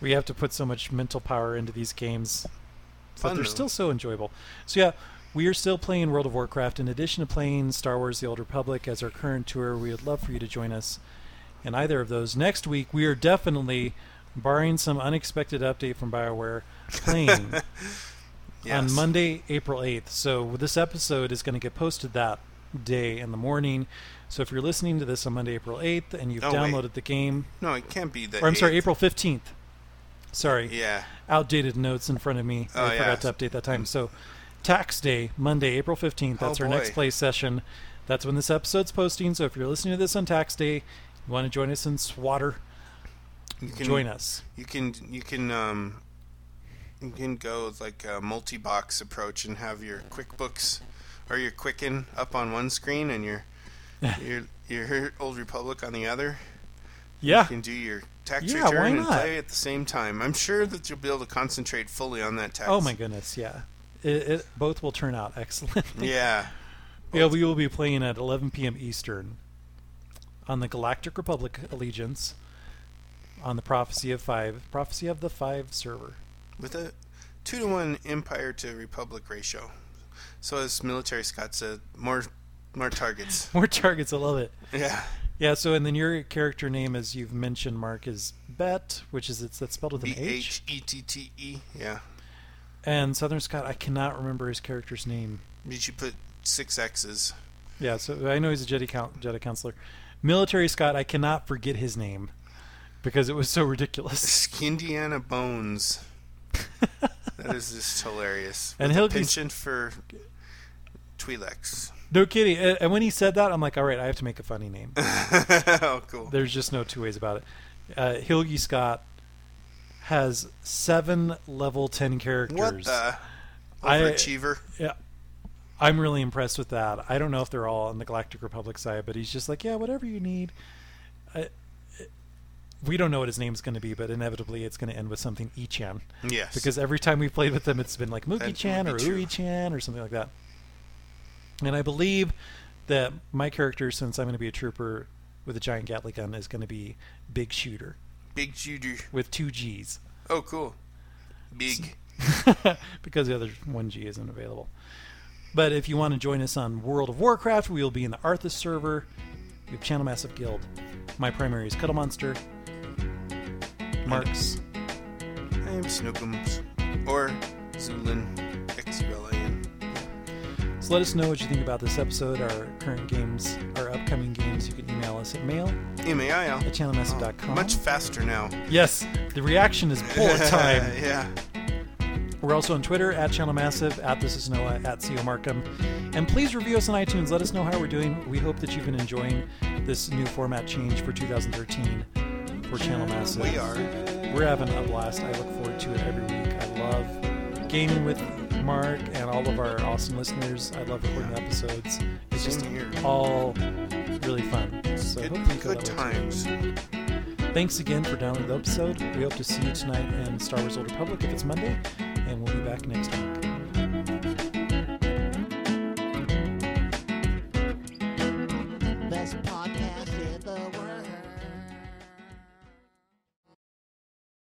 we have to put so much mental power into these games, but Fun, they're though. still so enjoyable. So yeah, we are still playing World of Warcraft. In addition to playing Star Wars: The Old Republic as our current tour, we would love for you to join us in either of those. Next week, we are definitely, barring some unexpected update from Bioware, playing Yes. on Monday, April 8th. So this episode is going to get posted that day in the morning. So if you're listening to this on Monday, April 8th, and you've Oh, wait. downloaded the game, No, it can't be that. or I'm sorry, April 15th. Sorry, Yeah. outdated notes in front of me. Oh, I forgot yeah. to update that time. So tax day, Monday, April 15th. That's Oh, our next boy. play session. That's when this episode's posting. So if you're listening to this on tax day, you want to join us in Swatter, You can join us. You can you can um, you can go with like a multi-box approach and have your QuickBooks or your Quicken up on one screen and your your your Old Republic on the other. Yeah. You can do your tax Yeah, why return and not? play at the same time. I'm sure that you'll be able to concentrate fully on that tax. Oh my goodness, yeah. It, it both will turn out excellent. Yeah. yeah, we will be playing at 11 p.m. Eastern on the Galactic Republic Allegiance on the Prophecy of Five, Prophecy of the Five server. with a two to one Empire to Republic ratio. So as military Scott said, more more targets. More targets, I love it. yeah. Yeah. So, and then your character name, as you've mentioned, Mark, is Bet, which is it's that's spelled with an B H. H E T T E. Yeah. And Southern Scott, I cannot remember his character's name. Did you put six X's? Yeah, so I know he's a Jedi, coun Jedi counselor. Military Scott, I cannot forget his name because it was so ridiculous. Indiana Bones. that is just hilarious. And With a he'll be- penchant for Twi'leks. No kidding. And and when he said that, I'm like, all right, I have to make a funny name. oh, cool. There's just no two ways about it. Uh, Hilgi Scott has seven level 10 characters. What the I- overachiever? Yeah. I'm really impressed with that. I don't know if they're all on the Galactic Republic side, but he's just like, yeah, whatever you need. I, we don't know what his name's going to be, but inevitably it's going to end with something Ichan. yes. Because every time we played with them, it's been like Mookie Chan or Mookie Chu. Ui Chan or something like that. And I believe that my character, since I'm going to be a trooper with a giant Gatling gun, is going to be Big Shooter Big Judy. with two G's Oh, cool. Big. because the other one G isn't available. But if you want to join us on World of Warcraft, we will be in the Arthas server. We have Channel Massive Guild. My primary is Cuddle Monster. Marks. I'm Snookums. Or Zulin. XULAN. So let us know what you think about this episode, our current games, our upcoming games. You can email us at mail M-A-I-L. at channelmassive.com. Much faster now. yes, the reaction is bullet time. yeah. We're also on Twitter at Channel Massive, at This Is Noah, at CO Markham. And please review us on iTunes. Let us know how we're doing. We hope that you've been enjoying this new format change for 2013 for Channel Massive. We are. We're having a blast. I look forward to it every week. I love gaming with Mark and all of our awesome listeners. I love recording the episodes. It's just Same here. all really fun. So Good, hopefully you go that good way too. times. Thanks again for downloading the episode. We hope to see you tonight in Star Wars Old Republic if it's Monday, and we'll be back next week.